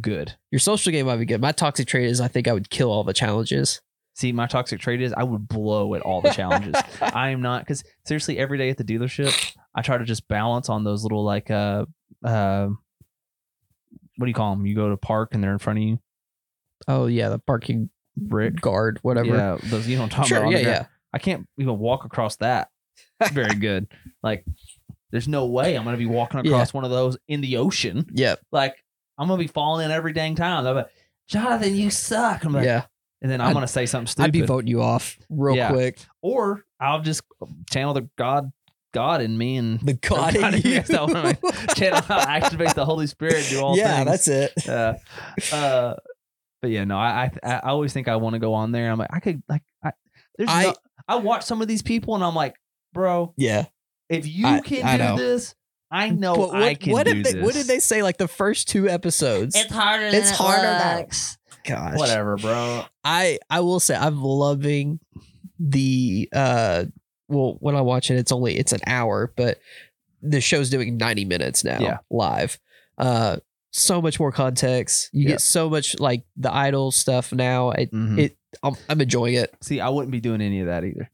Speaker 1: good.
Speaker 2: Your social game might be good. My toxic trait is I think I would kill all the challenges.
Speaker 1: See, my toxic trait is I would blow at all the challenges. I am not because seriously, every day at the dealership, I try to just balance on those little like uh uh what do you call them? You go to park and they're in front of you,
Speaker 2: oh yeah, the parking
Speaker 1: brick.
Speaker 2: guard, whatever.
Speaker 1: Yeah, those you know what I'm talking
Speaker 2: Sure,
Speaker 1: about. on
Speaker 2: yeah,
Speaker 1: the ground.
Speaker 2: yeah.
Speaker 1: I can't even walk across that. Very good. Like, there's no way I'm gonna be walking
Speaker 2: Yeah.
Speaker 1: across one of those in the ocean.
Speaker 2: Yep.
Speaker 1: Like, I'm gonna be falling in every dang time. They're like, Jonathan, you suck. I'm like,
Speaker 2: yeah.
Speaker 1: and then I'm
Speaker 2: I'd-
Speaker 1: gonna say something stupid,
Speaker 2: I'd be voting you off real
Speaker 1: Yeah.
Speaker 2: quick.
Speaker 1: or I'll just channel the God, God in me, and
Speaker 2: The God
Speaker 1: God
Speaker 2: in
Speaker 1: in you.
Speaker 2: you.
Speaker 1: That's what I channel, activate the Holy Spirit, do all
Speaker 2: yeah,
Speaker 1: things.
Speaker 2: that's it.
Speaker 1: uh, uh, but yeah, no, I I, I always think I want to go on there. I'm like, I could like, I there's
Speaker 2: I-
Speaker 1: I, I watch some of these people and I'm like, bro,
Speaker 2: Yeah.
Speaker 1: if you
Speaker 2: I-
Speaker 1: can
Speaker 2: I
Speaker 1: do
Speaker 2: know.
Speaker 1: this, I know
Speaker 2: But what,
Speaker 1: I can
Speaker 2: what
Speaker 1: do
Speaker 2: did
Speaker 1: this.
Speaker 2: they, What did they say? Like the first two episodes.
Speaker 1: harder.
Speaker 2: It's than it harder than- Gosh.
Speaker 1: Whatever, bro.
Speaker 2: I I will say I'm loving the uh well when I watch it it's only it's an hour but the show's doing 90 minutes now
Speaker 1: Yeah.
Speaker 2: live. Uh so much more context. You
Speaker 1: Yeah.
Speaker 2: get so much like the idol stuff now. It,
Speaker 1: Mhm.
Speaker 2: it I'm, I'm enjoying it.
Speaker 1: See, I wouldn't be doing any of that either.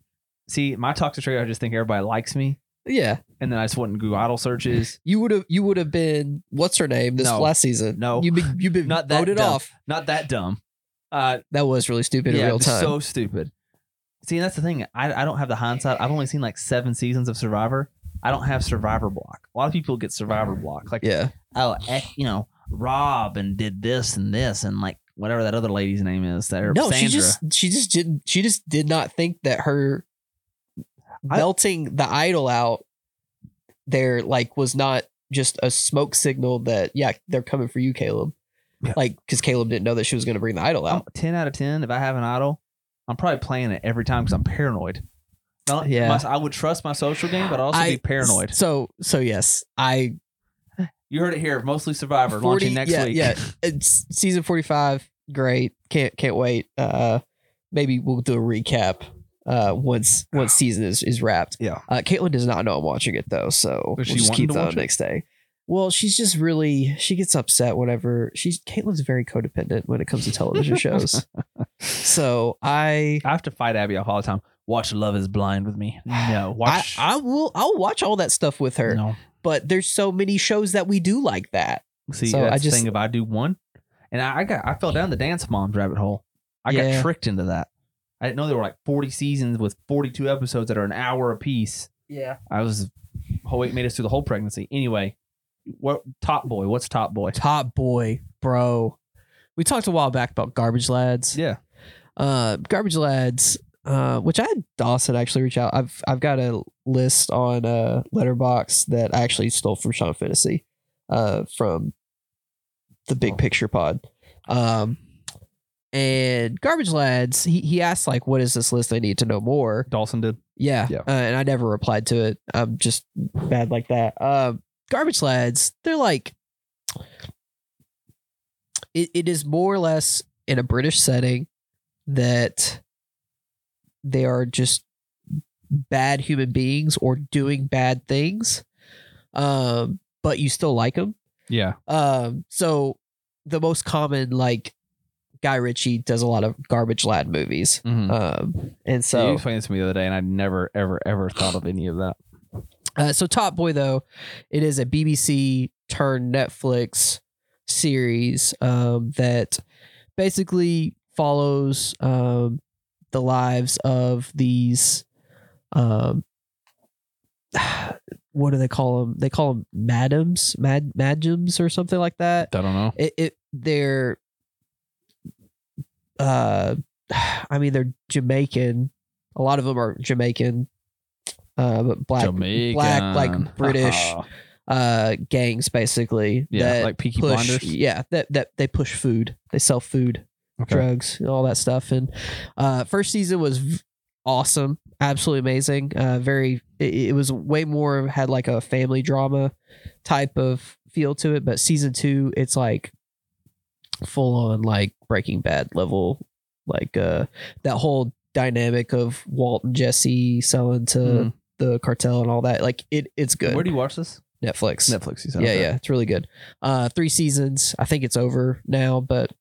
Speaker 1: See, my toxic trait, I just think everybody likes me,
Speaker 2: Yeah.
Speaker 1: and then I just wouldn't do idle searches.
Speaker 2: You would have you would have been what's her name this
Speaker 1: No.
Speaker 2: last season.
Speaker 1: No.
Speaker 2: You've been you've been
Speaker 1: Not that
Speaker 2: voted
Speaker 1: dumb.
Speaker 2: off.
Speaker 1: Not that dumb. Uh,
Speaker 2: That was really stupid in
Speaker 1: yeah,
Speaker 2: real time.
Speaker 1: so stupid. See, and that's the thing. I, I don't have the hindsight. I've only seen like seven seasons of Survivor. I don't have Survivor block. A lot of people get Survivor block. Like,
Speaker 2: Mm. yeah.
Speaker 1: oh, eh, you know, Rob and did this and this and like whatever that other lady's name is. That or
Speaker 2: No,
Speaker 1: Sandra.
Speaker 2: she just she just didn't she just did not think that her
Speaker 1: I-
Speaker 2: melting the idol out there like was not just a smoke signal that yeah they're coming for you Caleb
Speaker 1: Yeah.
Speaker 2: like because Caleb didn't know that she was going to bring the idol
Speaker 1: I'm
Speaker 2: out
Speaker 1: ten out of ten. If I have an idol, I'm probably playing it every time because I'm paranoid. Not-
Speaker 2: Yeah.
Speaker 1: my- I would trust my social game, but I'd also
Speaker 2: I-
Speaker 1: be paranoid.
Speaker 2: so so yes I
Speaker 1: You heard it here. Mostly Survivor
Speaker 2: 40
Speaker 1: launching next
Speaker 2: yeah,
Speaker 1: week.
Speaker 2: yeah it's season 45 great can't can't wait uh maybe we'll do a recap uh once once season is is wrapped
Speaker 1: Ah. Yeah.
Speaker 2: uh caitlin does not know i'm watching it though so
Speaker 1: Is she
Speaker 2: we'll just
Speaker 1: wanting
Speaker 2: keep
Speaker 1: to
Speaker 2: that
Speaker 1: watch
Speaker 2: on
Speaker 1: it?
Speaker 2: next day well she's just really she gets upset whenever she's caitlin's very codependent when it comes to television shows so i
Speaker 1: I have to fight Abby off all the time. Watch Love Is Blind with me. No,
Speaker 2: I,
Speaker 1: watch.
Speaker 2: I will i'll watch all that stuff with her
Speaker 1: no.
Speaker 2: but there's so many shows that we do like that
Speaker 1: See,
Speaker 2: So
Speaker 1: that's
Speaker 2: I
Speaker 1: the
Speaker 2: just-
Speaker 1: thing. If I do one, and I, I got, I fell down the Dance Moms rabbit hole. I
Speaker 2: Yeah.
Speaker 1: got tricked into that. I didn't know there were like 40 seasons with 42 episodes that are an hour apiece.
Speaker 2: yeah
Speaker 1: I was, oh, it made us through the whole pregnancy. Anyway, what Top Boy? What's Top Boy?
Speaker 2: top boy bro we talked a while back about garbage lads
Speaker 1: Yeah,
Speaker 2: uh garbage lads uh which i had dawson actually reach out i've i've got a list on uh letterbox that i actually stole from sean fantasy uh from the big picture pod um and garbage lads he, he asked like what is this list i need to know more
Speaker 1: Dawson did.
Speaker 2: yeah.
Speaker 1: Yeah.
Speaker 2: Uh, and I never replied to it. I'm just bad like that. Um, garbage lads, they're like, it, it is more or less in a British setting that they are just bad human beings or doing bad things. Um, but you still like them.
Speaker 1: Yeah,
Speaker 2: Um, so the most common, like, Guy Ritchie does a lot of garbage lad movies.
Speaker 1: Mhm.
Speaker 2: Um, and
Speaker 1: So you
Speaker 2: so
Speaker 1: explained this to me the other day, and I never, ever, ever thought of any of that.
Speaker 2: Uh, so Top Boy though, it is a BBC turned Netflix series um, that basically follows um, the lives of these um, what do they call them? They call them madams, mad madgems or something like that
Speaker 1: I don't know.
Speaker 2: it, it they're uh i mean they're jamaican a lot of them are jamaican uh but black
Speaker 1: Jamaica.
Speaker 2: black like british uh, gangs basically.
Speaker 1: Yeah,
Speaker 2: that
Speaker 1: like Peaky
Speaker 2: push,
Speaker 1: Blinders.
Speaker 2: Yeah, that that they push food. They sell food,
Speaker 1: Okay.
Speaker 2: drugs, and all that stuff. And uh, first season was v- awesome, absolutely amazing. Uh, very, it, it was way more had like a family drama type of feel to it. But season two, it's like full on like Breaking Bad level, like uh, that whole dynamic of Walt and Jesse selling to
Speaker 1: Mm.
Speaker 2: the cartel and all that. Like it, it's uh, good.
Speaker 1: Where do you watch this?
Speaker 2: Netflix.
Speaker 1: Netflix. You said.
Speaker 2: Yeah,
Speaker 1: okay.
Speaker 2: yeah, it's really good. Uh, three seasons. I think it's over now, but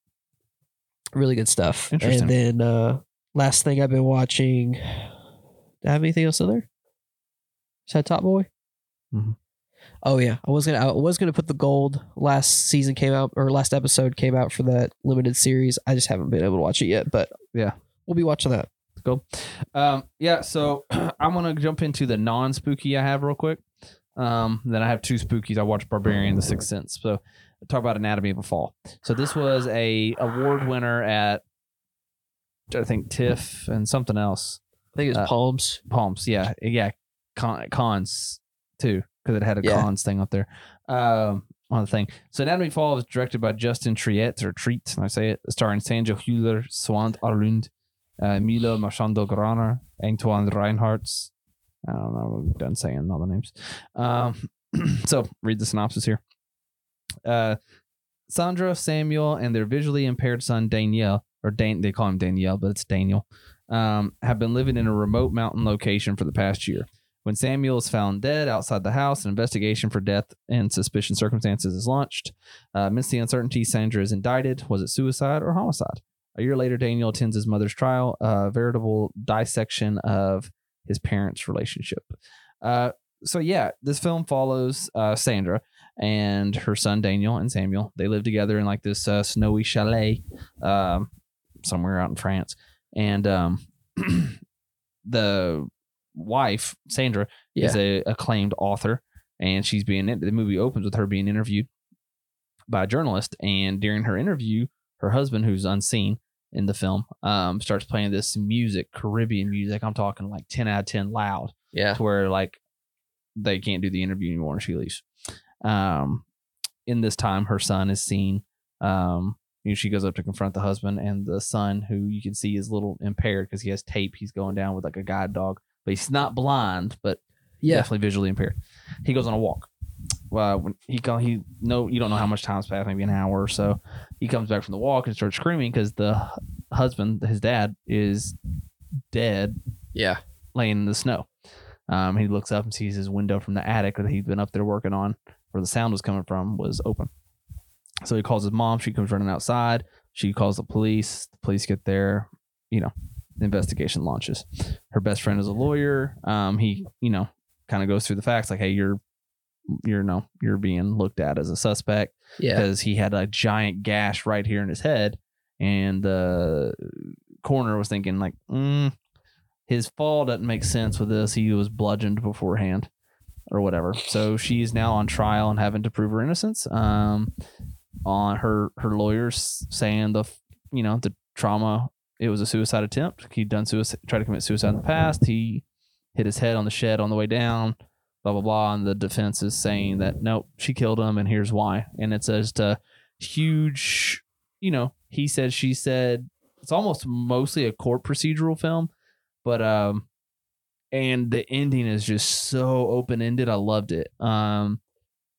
Speaker 2: really good stuff.
Speaker 1: Interesting.
Speaker 2: And then uh, last thing I've been watching. Do I have anything else in there? Is that Top Boy?
Speaker 1: Mhm.
Speaker 2: Oh yeah, I was gonna I was gonna put the gold. Last season came out or last episode came out for that limited series. I just haven't been able to watch it yet, but
Speaker 1: Yeah.
Speaker 2: we'll be watching that.
Speaker 1: Cool. Um, yeah, so I'm gonna jump into the non spooky I have real quick. Um, then I have two spookies. I watched Barbarian The Sixth Sense. So talk about Anatomy of a Fall. So this was a award winner at I think TIFF and something else.
Speaker 2: I think it's
Speaker 1: Uh,
Speaker 2: Palms.
Speaker 1: Palms, yeah, yeah, con, cons too, because it had a
Speaker 2: Yeah.
Speaker 1: cons thing up there um, on the thing. So Anatomy of a Fall was directed by Justin Triet or Treat, and I say it, starring Sandra Hüller, Swant Arlund, uh, Milo Marchando Graner, Antoine Reinhardt's. I don't know. I'm done saying all the names. Um, so read the synopsis here. Uh, Sandra, Samuel, and their visually impaired son Danielle, or Dan, they call him Danielle, but it's Daniel, um, have been living in a remote mountain location for the past year. When Samuel is found dead outside the house, an investigation for death and suspicion circumstances is launched. Uh, amidst the uncertainty, Sandra is indicted. Was it suicide or homicide? A year later, Daniel attends his mother's trial, a veritable dissection of his parents' relationship. Uh, so, yeah, this film follows uh, Sandra and her son Daniel and Samuel. They live together in like this uh, snowy chalet um, somewhere out in France. And um, the wife, Sandra,
Speaker 2: Yeah,
Speaker 1: is a acclaimed author, and she's being the movie opens with her being interviewed by a journalist, and during her interview, her husband, who's unseen in the film, um, starts playing this music, Caribbean music. I'm talking like ten out of ten loud,
Speaker 2: yeah.
Speaker 1: to where like they can't do the interview anymore, and she leaves. Um, in this time, her son is seen. Um, you know, she goes up to confront the husband and the son, who you can see is a little impaired because he has tape. He's going down with like a guide dog, but he's not blind, but
Speaker 2: Yeah.
Speaker 1: definitely visually impaired. He goes on a walk. Well, when he come, he no, you don't know how much time's passed, maybe an hour or so. He comes back from the walk and starts screaming because the hu- husband, his dad, is dead
Speaker 2: Yeah.
Speaker 1: laying in the snow. Um, he looks up and sees his window from the attic that he'd been up there working on, where the sound was coming from, was open. So he calls his mom. She comes running outside. She calls the police. The police get there. You know, the investigation launches. Her best friend is a lawyer. Um, he, you know, kind of goes through the facts like, hey, you're, you're no, you're being looked at as a suspect
Speaker 2: Yeah.
Speaker 1: because he had a giant gash right here in his head, and the coroner was thinking like, mm, his fall doesn't make sense with this. He was bludgeoned beforehand, or whatever. So she's now on trial and having to prove her innocence. Um, on her her lawyers saying the you know the trauma it was a suicide attempt. He'd done suicide, tried to commit suicide in the past. He hit his head on the shed on the way down blah blah blah and the defense is saying that nope she killed him and here's why and it's just a huge you know he said she said it's almost mostly a court procedural film but um and the ending is just so open-ended i loved it um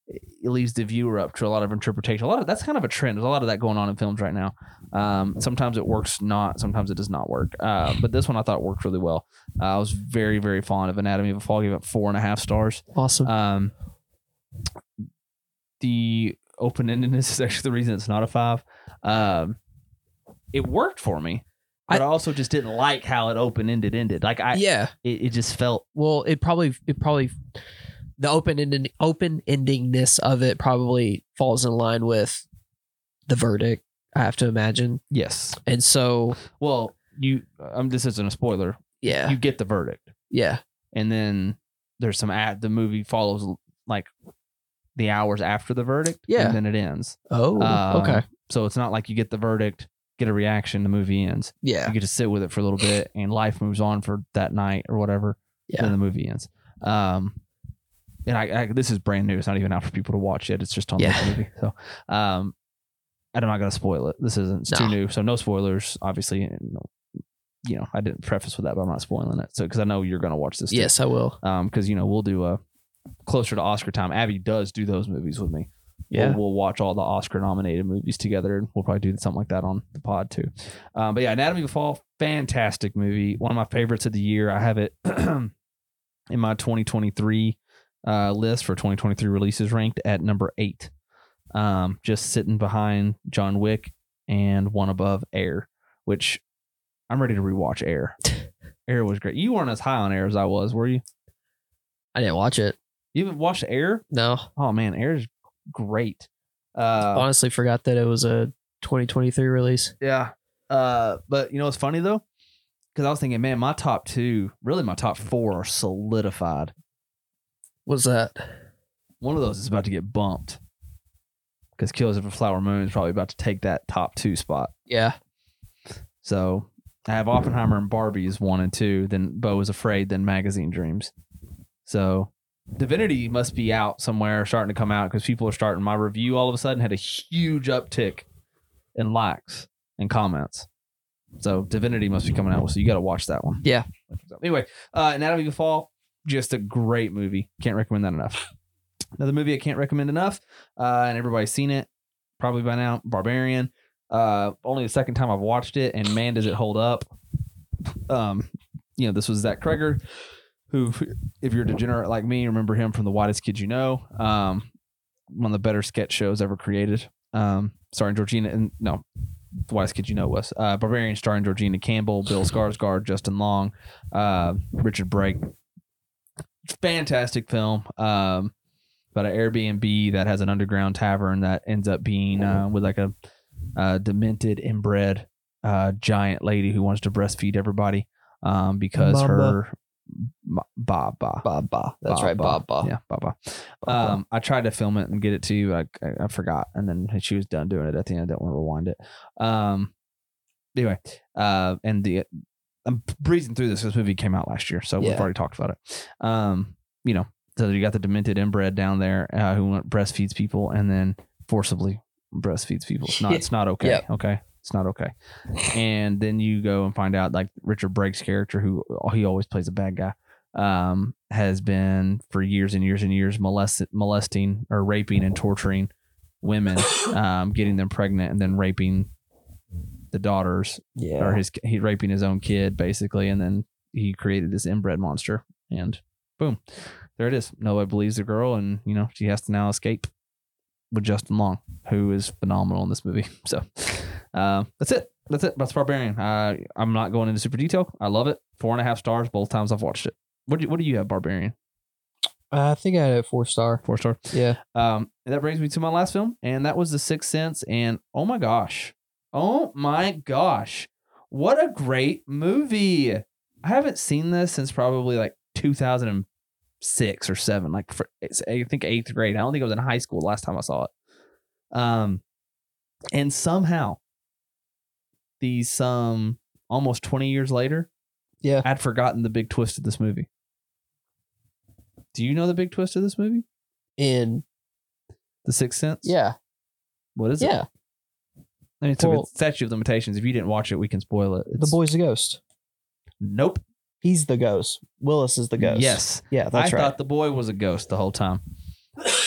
Speaker 1: it leaves the viewer up to a lot of interpretation a lot of that's kind of a trend there's a lot of that going on in films right now um sometimes it works not sometimes it does not work uh, but this one i thought worked really well uh, i was very very fond of anatomy of a fall gave it four and a half stars
Speaker 2: Awesome.
Speaker 1: um, the open endedness is actually the reason it's not a five. Um, it worked for me, but I,
Speaker 2: I-
Speaker 1: also just didn't like how it open ended ended. Like I,
Speaker 2: yeah.
Speaker 1: it, it just felt
Speaker 2: well it probably it probably the open ended open endingness of it probably falls in line with the verdict i have to imagine
Speaker 1: yes.
Speaker 2: and so
Speaker 1: Well, you, um, this isn't a spoiler.
Speaker 2: yeah
Speaker 1: You get the verdict,
Speaker 2: yeah
Speaker 1: and then there's some ad. The movie follows like the hours after the verdict,
Speaker 2: Yeah.
Speaker 1: and then it ends.
Speaker 2: oh
Speaker 1: Um,
Speaker 2: okay
Speaker 1: So it's not like you get the verdict, get a reaction, the movie ends.
Speaker 2: yeah
Speaker 1: you get to sit with it for a little bit and life moves on for that night or whatever
Speaker 2: Yeah.
Speaker 1: then the movie ends um and I, I this is brand new. It's not even out for people to watch yet. It's just on
Speaker 2: Yeah.
Speaker 1: the movie. So, um, I'm not gonna spoil it. This isn't it's too
Speaker 2: No.
Speaker 1: new, so no spoilers, obviously. And, no- you know, I didn't preface with that, but I'm not spoiling it. So, because I know you're gonna watch this. too.
Speaker 2: Yes, I will.
Speaker 1: Um, because you know we'll do a closer to Oscar time. Abby does do those movies with me.
Speaker 2: Yeah.
Speaker 1: We'll, we'll watch all the Oscar nominated movies together, and we'll probably do something like that on the pod too. Um, but yeah, Anatomy of a Fall, fantastic movie. One of my favorites of the year. I have it in my 2023 uh, list for 2023 releases ranked at number eight. Um, just sitting behind John Wick and one above Air, which I'm ready to rewatch Air. Air was great. You weren't as high on Air as I was, were you?
Speaker 2: I didn't watch it.
Speaker 1: You haven't watched Air?
Speaker 2: No,
Speaker 1: Oh man, Air is great. Uh,
Speaker 2: honestly, forgot that it was a 2023 release.
Speaker 1: yeah. Uh, but you know what's funny though? Because I was thinking, man, my top two, really my top four, are solidified.
Speaker 2: Was that?
Speaker 1: One of those is about to get bumped because Kills of a Flower Moon is probably about to take that top two spot.
Speaker 2: Yeah.
Speaker 1: So I have Oppenheimer and Barbie is one and two. Then Bo is Afraid. Then Magazine Dreams. So Divinity must be out somewhere, starting to come out because people are starting. My review all of a sudden had a huge uptick in likes and comments. So Divinity must be coming out. So you got to watch that one.
Speaker 2: Yeah.
Speaker 1: Anyway, uh, Anatomy of a Fall, just a great movie. Can't recommend that enough. Another movie I can't recommend enough, uh, and everybody's seen it probably by now. Barbarian uh only the second time i've watched it and man does it hold up um you know this was zach kreger who if you're a degenerate like me remember him from the widest kid you know um one of the better sketch shows ever created um starring georgina and no the widest kid you know was uh barbarian starring georgina campbell bill skarsgård justin long uh richard brake fantastic film um about an airbnb that has an underground tavern that ends up being uh, with like a uh, demented, inbred, uh, giant lady who wants to breastfeed everybody um, because
Speaker 2: Mamba.
Speaker 1: her Ma- ba ba.
Speaker 2: Bob Ba. That's
Speaker 1: Ba-
Speaker 2: right,
Speaker 1: ba.
Speaker 2: Bob Ba.
Speaker 1: Yeah, Baba.
Speaker 2: Ba.
Speaker 1: Um, I tried to film it and get it to you. I, I, I forgot, and then she was done doing it at the end. I didn't want to rewind it. Um, anyway, uh, and the I'm breezing through this. This movie came out last year, so we've
Speaker 2: Yeah.
Speaker 1: already talked about it. Um, you know, so you got the demented inbred down there uh, who breastfeeds people and then forcibly breastfeeds people. It's not. It's not okay.
Speaker 2: Yeah.
Speaker 1: Okay. It's not okay. And then you go and find out like Richard Brake's character, who he always plays a bad guy, um, has been for years and years and years molest, molesting or raping and torturing women, um, getting them pregnant and then raping the daughters
Speaker 2: Yeah.
Speaker 1: or his he raping his own kid basically, and then he created this inbred monster, and boom, there it is. Nobody believes the girl, and you know she has to now escape with Justin Long, who is phenomenal in this movie. So uh, that's it. That's it. That's Barbarian. Uh, I'm not going into super detail. I love it. Four and a half stars both times I've watched it. What do you, what do you have, Barbarian?
Speaker 2: I think I had it four star.
Speaker 1: Four star.
Speaker 2: Yeah.
Speaker 1: Um, and that brings me to my last film, and that was The Sixth Sense. And oh my gosh, oh my gosh, what a great movie! I haven't seen this since probably like 2006 or seven, like for, it's, I think eighth grade. I don't think I was in high school last time I saw it. Um, and somehow, these um almost 20 years later,
Speaker 2: Yeah.
Speaker 1: I'd forgotten the big twist of this movie. Do you know the big twist of this movie?
Speaker 2: In
Speaker 1: The Sixth Sense.
Speaker 2: yeah.
Speaker 1: What is it?
Speaker 2: Yeah.
Speaker 1: I mean, it's a
Speaker 2: Well-
Speaker 1: statute of limitations. If you didn't watch it, we can spoil it.
Speaker 2: The
Speaker 1: It's,
Speaker 2: boy's a ghost.
Speaker 1: Nope.
Speaker 2: He's the ghost. Willis is the ghost.
Speaker 1: Yes.
Speaker 2: Yeah, that's
Speaker 1: I
Speaker 2: right.
Speaker 1: thought the boy was a ghost the whole time,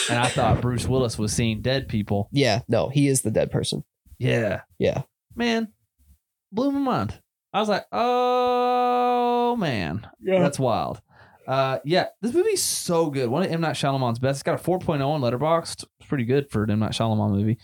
Speaker 1: and I thought Bruce Willis was seeing dead people.
Speaker 2: yeah, no, he is the dead person.
Speaker 1: Yeah.
Speaker 2: Yeah.
Speaker 1: Man, blew my mind. I was like, oh man, that's wild. Uh, yeah, this movie's so good. One of M Night Shyamalan's best. It's got a 4.0 on Letterboxd. It's pretty good for an M Night Shyamalan movie.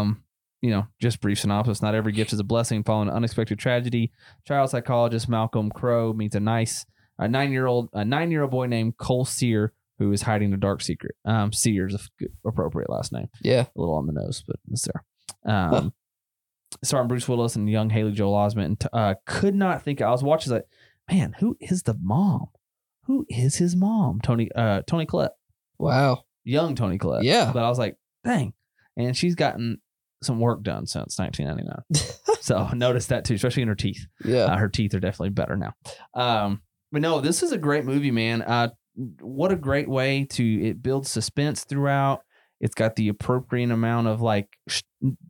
Speaker 1: um, you know, just brief synopsis. Not every gift is a blessing. Following an unexpected tragedy, child psychologist Malcolm Crowe meets a nice a nine year old a nine year old boy named Cole Sear who is hiding a dark secret. Um, Sear is a good, appropriate last name.
Speaker 2: Yeah.
Speaker 1: A little on the nose, but it's there. Um, starring Bruce Willis and young Haley Joel Osment. And t- uh, could not think. I was watching like, man, who is the mom? Who is his mom? Tony uh Tony Collette,
Speaker 2: Wow.
Speaker 1: young Tony Collette.
Speaker 2: Yeah.
Speaker 1: But I was like, dang. And she's gotten some work done since 1999. so notice that too, especially in her teeth.
Speaker 2: Yeah.
Speaker 1: Uh, her teeth are definitely better now. Um, but no, this is a great movie, man. Uh, what a great way to it builds suspense throughout. It's got the appropriate amount of like sh-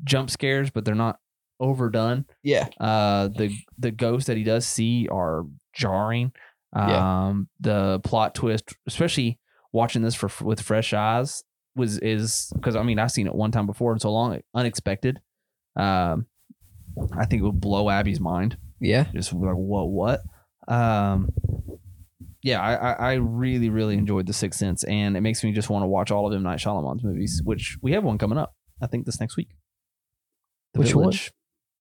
Speaker 1: jump scares, but they're not overdone.
Speaker 2: Yeah.
Speaker 1: Uh, the the ghosts that he does see are jarring.
Speaker 2: Yeah.
Speaker 1: Um, the plot twist, especially watching this for with fresh eyes, was is because I mean I've seen it one time before and so long unexpected. Um, I think it would blow Abby's mind
Speaker 2: Yeah.
Speaker 1: just like what what um yeah I, I i really really enjoyed the sixth sense and it makes me just want to watch all of M. night Shyamalan's movies which we have one coming up i think this next week The
Speaker 2: Which one?
Speaker 1: Village.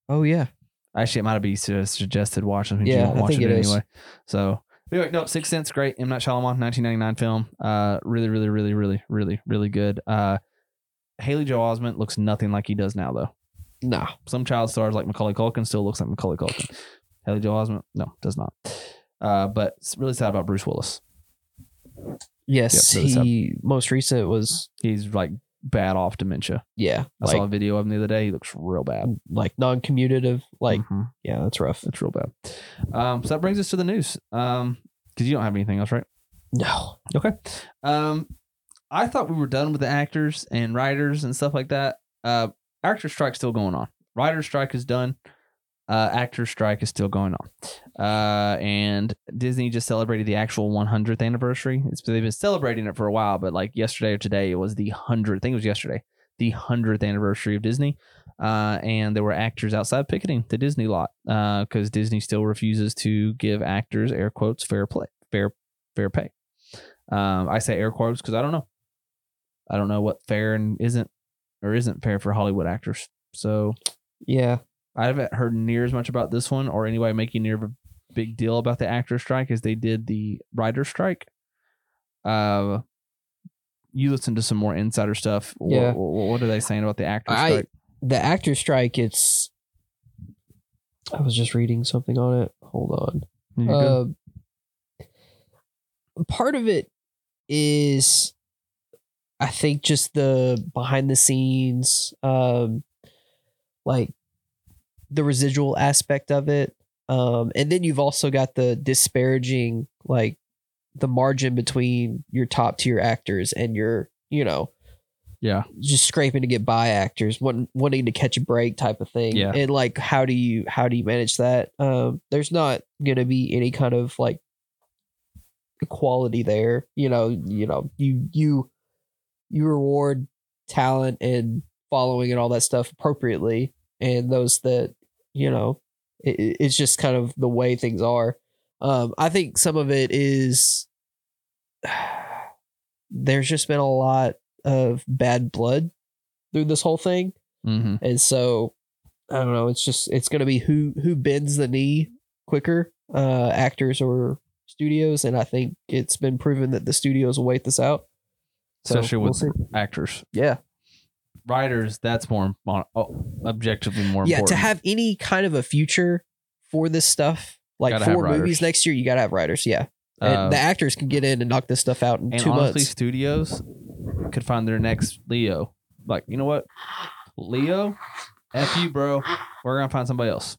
Speaker 2: Oh yeah.
Speaker 1: actually it might have been su- suggested watching
Speaker 2: Yeah,
Speaker 1: yeah,
Speaker 2: I
Speaker 1: watch
Speaker 2: think
Speaker 1: it,
Speaker 2: it is.
Speaker 1: anyway so anyway no sixth sense great M. night Shyamalan 1999 film uh really really really really really really good uh haley joel osment looks nothing like he does now though
Speaker 2: Nah.
Speaker 1: some child stars like Macaulay Culkin still looks like Macaulay Culkin. Haley Joel Osment, no, does not. Uh, but it's really sad about Bruce Willis.
Speaker 2: Yes.
Speaker 1: Yep, so this
Speaker 2: he most recent was
Speaker 1: He's like bad off dementia.
Speaker 2: yeah.
Speaker 1: I
Speaker 2: like
Speaker 1: saw a video of him the other day. He looks real bad.
Speaker 2: like non-commutative. Like
Speaker 1: Mhm.
Speaker 2: yeah, that's rough.
Speaker 1: it's real bad. Um, so that brings us to the news. Um, because you don't have anything else, right?
Speaker 2: No.
Speaker 1: Okay. Um, I thought we were done with the actors and writers and stuff like that. Uh, actor strike's still going on. Writer strike is done. Uh, actor strike is still going on. Uh, and Disney just celebrated the actual 100th anniversary. It's they've been celebrating it for a while, but like yesterday or today, it was the hundred. I think it was yesterday, the hundredth anniversary of Disney. Uh, and there were actors outside picketing the Disney lot because Disney still refuses to give actors air quotes fair play, fair fair pay. Um, I say air quotes because I don't know. I don't know what fair and isn't or isn't fair for Hollywood actors. So
Speaker 2: Yeah.
Speaker 1: I haven't heard near as much about this one or anybody making near of a big deal about the actor strike as they did the writer strike. Uh, you listen to some more insider stuff. Wh-
Speaker 2: Yeah.
Speaker 1: wh- What, are they saying about the actor
Speaker 2: I-
Speaker 1: strike?
Speaker 2: The actor strike. It's. I was just reading something on it. Hold on.
Speaker 1: You're good.
Speaker 2: Uh, part of it is, I think, just the behind the scenes, um, like the residual aspect of it. Um, and then you've also got the disparaging, like the margin between your top tier actors and your, you know,
Speaker 1: yeah.
Speaker 2: just scraping to get by actors want, wanting to catch a break type of thing
Speaker 1: Yeah.
Speaker 2: and like how do you how do you manage that um there's not gonna be any kind of like equality there you know you know you you you reward talent and following and all that stuff appropriately and those that you know it, it- it's just kind of the way things are um i think some of it is there's just been a lot of bad blood through this whole thing
Speaker 1: Mm-hmm.
Speaker 2: and so i don't know it's just it's going to be who who bends the knee quicker uh actors or studios and i think it's been proven that the studios will wait this out So,
Speaker 1: Especially
Speaker 2: we'll
Speaker 1: with
Speaker 2: see.
Speaker 1: actors,
Speaker 2: yeah
Speaker 1: writers. That's more im- on- oh, objectively more
Speaker 2: yeah
Speaker 1: important.
Speaker 2: to have any kind of a future for this stuff like
Speaker 1: Gotta have
Speaker 2: for
Speaker 1: writers.
Speaker 2: movies next year you gotta have writers yeah and
Speaker 1: Uh,
Speaker 2: the actors can get in and knock this stuff out in
Speaker 1: And
Speaker 2: two
Speaker 1: honestly,
Speaker 2: months
Speaker 1: studios could find their next Leo. Like, you know what? Leo, F you, bro. We're going to find somebody else.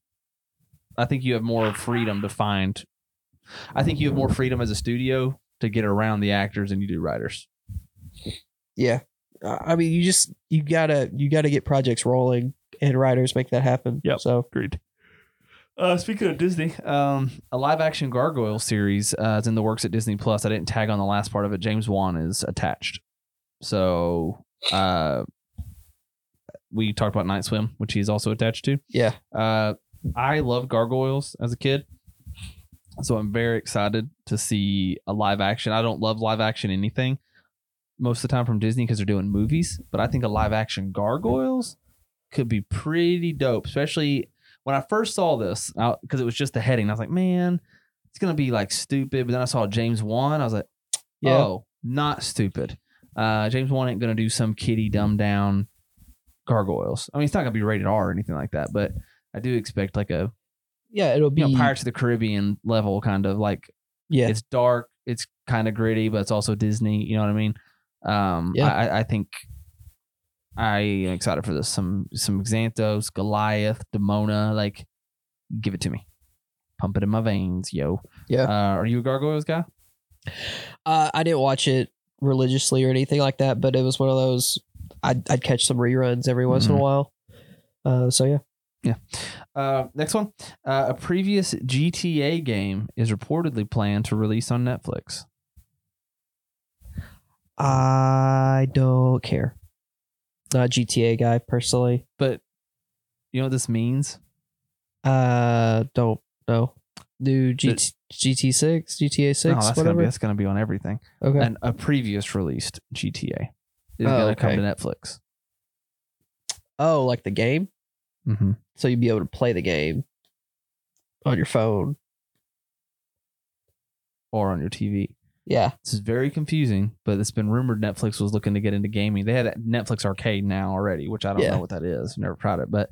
Speaker 1: I think you have more freedom to find. I think you have more freedom as a studio to get around the actors than you do writers.
Speaker 2: yeah Uh, i mean you just you gotta you gotta get projects rolling and writers make that happen
Speaker 1: Yep.
Speaker 2: so
Speaker 1: Agreed. Uh, speaking of Disney, um, a live action gargoyle series uh, is in the works at Disney Plus. I didn't tag on the last part of it. James Wan is attached. So uh, we talked about Night Swim, which he's also attached to.
Speaker 2: yeah
Speaker 1: Uh, I love gargoyles as a kid, so I'm very excited to see a live action. I don't love live action anything most of the time from Disney because they're doing movies, but I think a live action gargoyles could be pretty dope, especially when I first saw this because it was just the heading. I was like, man, it's gonna be like stupid. But then I saw James Wan, I was like.
Speaker 2: yeah
Speaker 1: Oh, not stupid. Uh, James Wan ain't gonna do some kitty dumb down gargoyles. I mean, it's not gonna be rated R or anything like that, but I do expect like a
Speaker 2: yeah it'll be
Speaker 1: you know Pirates of the Caribbean level kind of like
Speaker 2: yeah
Speaker 1: it's dark, it's kind of gritty, but it's also Disney. You know what I mean? Um,
Speaker 2: Yeah.
Speaker 1: I, I- I think I am excited for this. Some some Xanthos, Goliath, Demona, like give it to me. Pump it in my veins, yo.
Speaker 2: Yeah.
Speaker 1: Uh, are you a gargoyles guy?
Speaker 2: Uh, I didn't watch it religiously or anything like that, but it was one of those I'd, I'd catch some reruns every once in
Speaker 1: Mhm.
Speaker 2: a while. Uh, so yeah,
Speaker 1: Uh, next one. Uh, a previous GTA game is reportedly planned to release on Netflix.
Speaker 2: I don't care. Not a GTA guy personally.
Speaker 1: But you know what this means?
Speaker 2: Uh, don't know. New GT, GT six, GTA
Speaker 1: No,
Speaker 2: six,
Speaker 1: Oh, that's gonna, be,
Speaker 2: whatever.
Speaker 1: that's gonna be on everything.
Speaker 2: Okay,
Speaker 1: And a previous released GTA is
Speaker 2: Oh,
Speaker 1: gonna come
Speaker 2: okay.
Speaker 1: to Netflix.
Speaker 2: Oh, like the game?
Speaker 1: Mm-hmm.
Speaker 2: So you'd be able to play the game on your phone.
Speaker 1: Or on your TV.
Speaker 2: Yeah.
Speaker 1: This is very confusing, but it's been rumored Netflix was looking to get into gaming. They had Netflix Arcade now already, which I don't
Speaker 2: Yeah.
Speaker 1: know what that is. Never tried it, but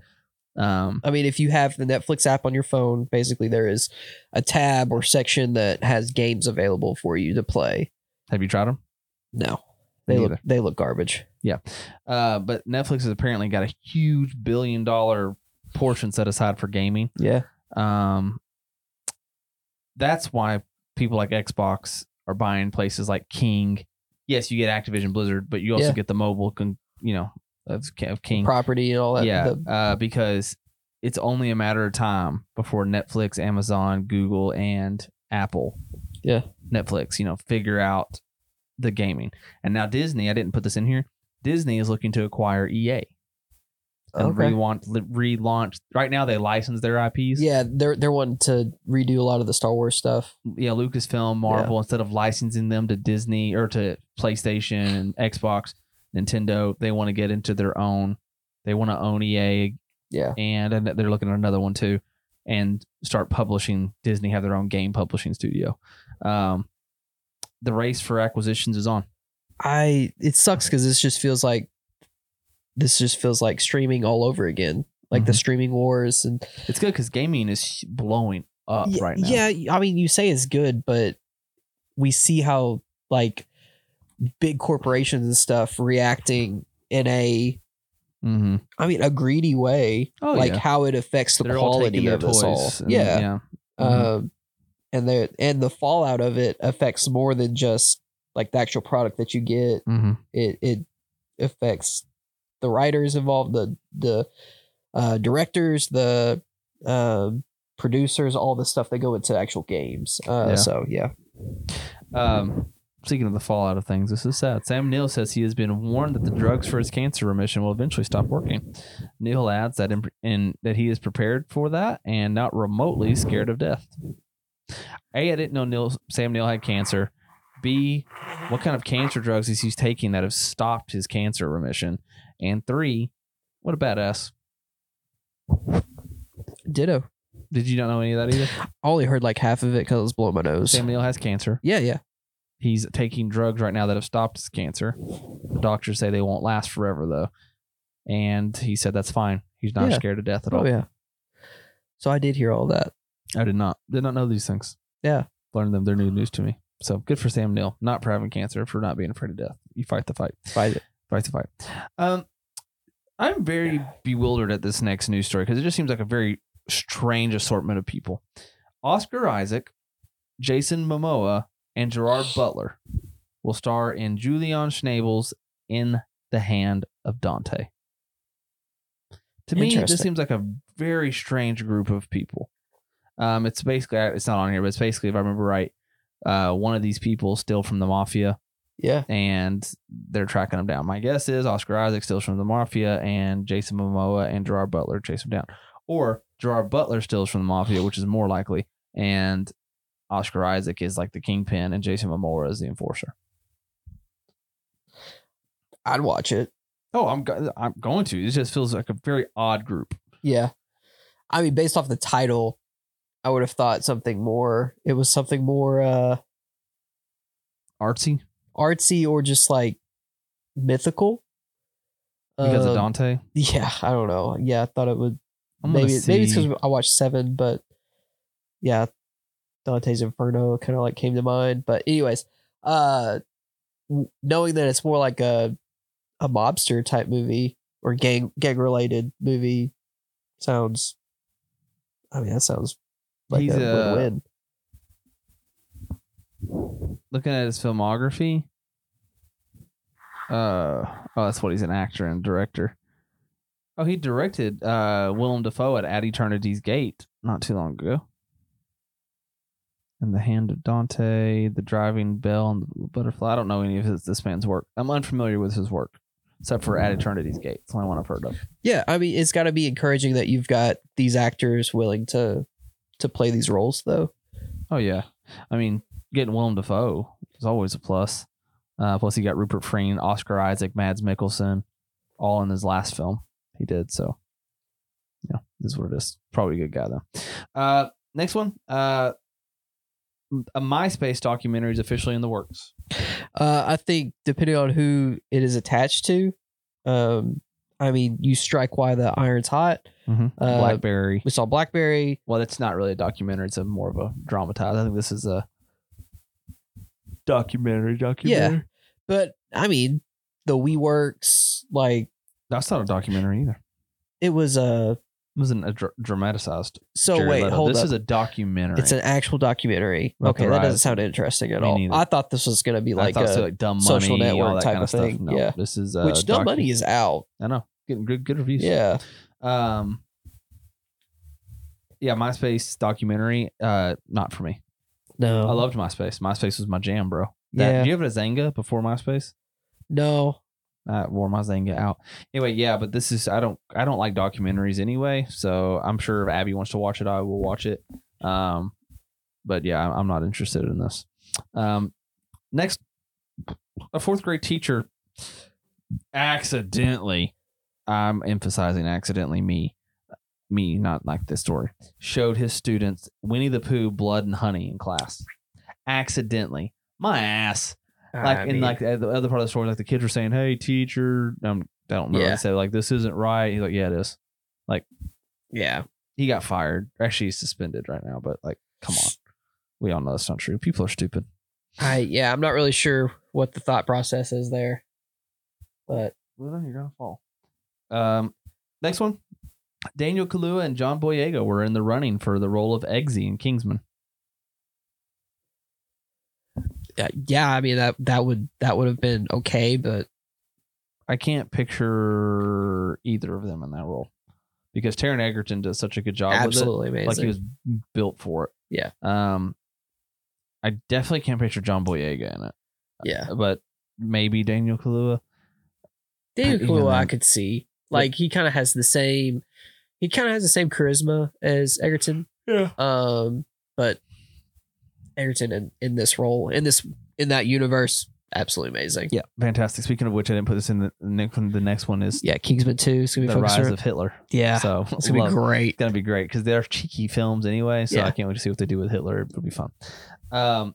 Speaker 1: um,
Speaker 2: I mean, if you have the Netflix app on your phone, basically there is a tab or section that has games available for you to play.
Speaker 1: have you tried them?
Speaker 2: No. They
Speaker 1: Me
Speaker 2: look
Speaker 1: either.
Speaker 2: they look garbage.
Speaker 1: Uh, but Netflix has apparently got a huge billion dollar portion set aside for gaming.
Speaker 2: Yeah.
Speaker 1: Um, that's why people like Xbox are buying places like King. Yes, you get Activision Blizzard, but you also
Speaker 2: Yeah.
Speaker 1: get the mobile, con- you know, of, of King.
Speaker 2: Property and all that.
Speaker 1: yeah,
Speaker 2: the-
Speaker 1: uh, because it's only a matter of time before Netflix, Amazon, Google, and Apple,
Speaker 2: Yeah.
Speaker 1: Netflix, you know, figure out the gaming. And now Disney, I didn't put this in here. Disney is looking to acquire EA and
Speaker 2: okay.
Speaker 1: rewant- li- relaunch. Right now, they license their IPs.
Speaker 2: Yeah, they're they're wanting to redo a lot of the Star Wars stuff.
Speaker 1: yeah, Lucasfilm, Marvel, instead of licensing them to Disney or to PlayStation and Xbox, Nintendo, they want to get into their own. They want to own EA,
Speaker 2: Yeah.
Speaker 1: and and they're looking at another one too, and start publishing. Disney have their own game publishing studio. Um, the race for acquisitions is on.
Speaker 2: I it sucks because this just feels like this just feels like streaming all over again. Like the
Speaker 1: Mhm.
Speaker 2: streaming wars and
Speaker 1: It's good because gaming is blowing up
Speaker 2: Y-
Speaker 1: right now.
Speaker 2: Yeah, I mean, you say it's good, but we see how like big corporations and stuff reacting in a,
Speaker 1: hmm
Speaker 2: I mean, a greedy way,
Speaker 1: Oh
Speaker 2: like
Speaker 1: yeah,
Speaker 2: how it affects the
Speaker 1: They're all taking
Speaker 2: quality
Speaker 1: their
Speaker 2: of us all.
Speaker 1: toys. and-
Speaker 2: yeah,
Speaker 1: yeah. mm-hmm.
Speaker 2: Um, and the and the fallout of it affects more than just like the actual product that you get.
Speaker 1: hmm
Speaker 2: It it affects the writers involved, the the uh, directors, the um, producers, all the stuff that go into actual games. Uh,
Speaker 1: Yeah.
Speaker 2: So yeah.
Speaker 1: Um, speaking of the fallout of things, this is sad. Sam Neill says he has been warned that the drugs for his cancer remission will eventually stop working. Neill adds that in, in that he is prepared for that and not remotely scared of death. A, I didn't know Neil, Sam Neill had cancer. B, what kind of cancer drugs is he taking that have stopped his cancer remission? And three, what a badass.
Speaker 2: Ditto.
Speaker 1: Did you not know any of that either?
Speaker 2: I only heard like half of it because it was blowing my nose.
Speaker 1: Sam Neill has cancer.
Speaker 2: Yeah, yeah.
Speaker 1: He's taking drugs right now that have stopped his cancer. Doctors say they won't last forever though. And he said that's fine. He's not
Speaker 2: Yeah.
Speaker 1: scared to death at all.
Speaker 2: Oh yeah. So I did hear all that.
Speaker 1: I did not did not know these things.
Speaker 2: Yeah.
Speaker 1: Learned them. They're new news to me. So good for Sam Neill, not for having cancer, for not being afraid of death. You fight the fight.
Speaker 2: Fight it.
Speaker 1: Fight the fight. Um I'm very bewildered at this next news story because it just seems like a very strange assortment of people. Oscar Isaac, Jason Momoa, and Gerard Butler will star in Julian Schnabel's In the Hand of Dante. To me, this
Speaker 2: Interesting.
Speaker 1: seems like a very strange group of people. Um, it's basically it's not on here, but it's basically if I remember right, uh, one of these people still from the mafia,
Speaker 2: Yeah.
Speaker 1: and they're tracking them down. My guess is Oscar Isaac steals from the mafia, and Jason Momoa and Gerard Butler chase him down, or Gerard Butler steals from the mafia, which is more likely, and Oscar Isaac is like the kingpin, and Jason Momoa is the enforcer.
Speaker 2: I'd watch it.
Speaker 1: Oh, I'm go- I'm going to. This just feels like a very odd group.
Speaker 2: Yeah. I mean, based off the title, I would have thought something more. It was something more uh
Speaker 1: Artsy
Speaker 2: artsy or just like mythical.
Speaker 1: because of
Speaker 2: Um,
Speaker 1: Dante.
Speaker 2: Yeah, I don't know. Yeah, I thought it would
Speaker 1: I'm gonna
Speaker 2: maybe maybe it's
Speaker 1: see-
Speaker 2: because I watched Seven, but yeah, Dante's Inferno kind of like came to mind. But anyways, uh, w- knowing that it's more like a a mobster type movie or gang gang related movie sounds. I mean, that sounds like
Speaker 1: He's
Speaker 2: a,
Speaker 1: a-
Speaker 2: win.
Speaker 1: looking at his filmography. Uh oh, that's what he's an actor and director. Oh, he directed uh Willem Dafoe at At Eternity's Gate not too long ago. And the Hand of Dante, The Driving Bell, and the Butterfly. I don't know any of his, this man's work. I'm unfamiliar with his work, except for At Eternity's Gate. It's the only one I've heard of.
Speaker 2: Yeah, I mean, it's got to be encouraging that you've got these actors willing to to play these roles, though.
Speaker 1: Oh yeah, I mean getting Willem Dafoe is always a plus. Uh, plus he got Rupert Friend, Oscar Isaac, Mads Mikkelsen, all in his last film he did. So yeah, this is what it is. Probably a good guy though. Uh, next one, uh, a MySpace documentary is officially in the works.
Speaker 2: Uh, I think depending on who it is attached to, um, I mean, you strike while the iron's hot. Uh,
Speaker 1: Blackberry.
Speaker 2: We saw BlackBerry.
Speaker 1: Well, it's not really a documentary. It's a more of a dramatized. I think this is a documentary. Documentary.
Speaker 2: But I mean, the WeWorks, like
Speaker 1: That's not a documentary either.
Speaker 2: it was a
Speaker 1: It wasn't a dr- dramatized.
Speaker 2: so
Speaker 1: Jared
Speaker 2: wait,
Speaker 1: Leto.
Speaker 2: hold
Speaker 1: this
Speaker 2: up.
Speaker 1: is a documentary.
Speaker 2: it's an actual documentary.
Speaker 1: About
Speaker 2: okay,
Speaker 1: the
Speaker 2: that doesn't
Speaker 1: rise.
Speaker 2: sound interesting at
Speaker 1: Me
Speaker 2: all.
Speaker 1: neither.
Speaker 2: I thought this was gonna be
Speaker 1: I
Speaker 2: like
Speaker 1: thought so,
Speaker 2: a
Speaker 1: like dumb
Speaker 2: social
Speaker 1: money,
Speaker 2: network
Speaker 1: all that
Speaker 2: type
Speaker 1: kind
Speaker 2: of
Speaker 1: stuff.
Speaker 2: thing,
Speaker 1: No,
Speaker 2: yeah.
Speaker 1: this is uh,
Speaker 2: which Dumb
Speaker 1: docu-
Speaker 2: Money is out.
Speaker 1: I know, getting good good reviews.
Speaker 2: Yeah,
Speaker 1: Um. Yeah, MySpace documentary. Uh, not for me.
Speaker 2: no,
Speaker 1: I loved MySpace. MySpace was my jam, bro. That,
Speaker 2: Uh-huh. Yeah.
Speaker 1: Do you have a Zanga before MySpace?
Speaker 2: no.
Speaker 1: I wore my Zanga out. Anyway, yeah, but this is I don't I don't like documentaries anyway, so I'm sure if Abby wants to watch it, I will watch it. Um, but yeah, I'm, I'm not interested in this. Um, next, a fourth grade teacher accidentally, I'm emphasizing accidentally me, me not like this story, showed his students Winnie the Pooh, Blood and Honey in class, accidentally. My ass like
Speaker 2: I
Speaker 1: in
Speaker 2: mean,
Speaker 1: like the the other part of the story, like the kids were saying, "Hey, teacher," um, I don't know. what
Speaker 2: Yeah.
Speaker 1: They said like, "This isn't right." He's like, "Yeah, it is."
Speaker 2: yeah,
Speaker 1: He got fired. Actually, he's suspended right now. But like, come on, we all know that's not true. People are stupid.
Speaker 2: I yeah, I'm not really sure what the thought process is there, but
Speaker 1: Well, then you're gonna fall. Um, next one, Daniel Kalua and John Boyega were in the running for the role of Eggsy in Kingsman.
Speaker 2: uh, yeah, I mean that that would that would have been okay, but
Speaker 1: I can't picture either of them in that role because Taron Egerton does such a good job. with Oh, it.
Speaker 2: absolutely amazing.
Speaker 1: like he was built for it.
Speaker 2: Yeah.
Speaker 1: Um, I definitely can't picture John Boyega in it,
Speaker 2: yeah,
Speaker 1: but maybe Daniel Kalua.
Speaker 2: David
Speaker 1: even
Speaker 2: Kaluuya, I
Speaker 1: then-
Speaker 2: could see. Like he kind of has the same, he kind of has the same charisma as Egerton.
Speaker 1: Yeah.
Speaker 2: Um, but Egerton in, in this role, in this in that universe, absolutely amazing.
Speaker 1: Yeah, fantastic. Speaking of which, I didn't put this in the the next one. The next one is
Speaker 2: Yeah, Kingsman Two is gonna be
Speaker 1: the
Speaker 2: focused
Speaker 1: rise
Speaker 2: around-
Speaker 1: of Hitler.
Speaker 2: yeah,
Speaker 1: So
Speaker 2: it's gonna
Speaker 1: love-
Speaker 2: be great.
Speaker 1: It's gonna be great because they're cheeky films anyway. So
Speaker 2: Yeah.
Speaker 1: I can't wait to see what they do with Hitler. It'll be fun. Um,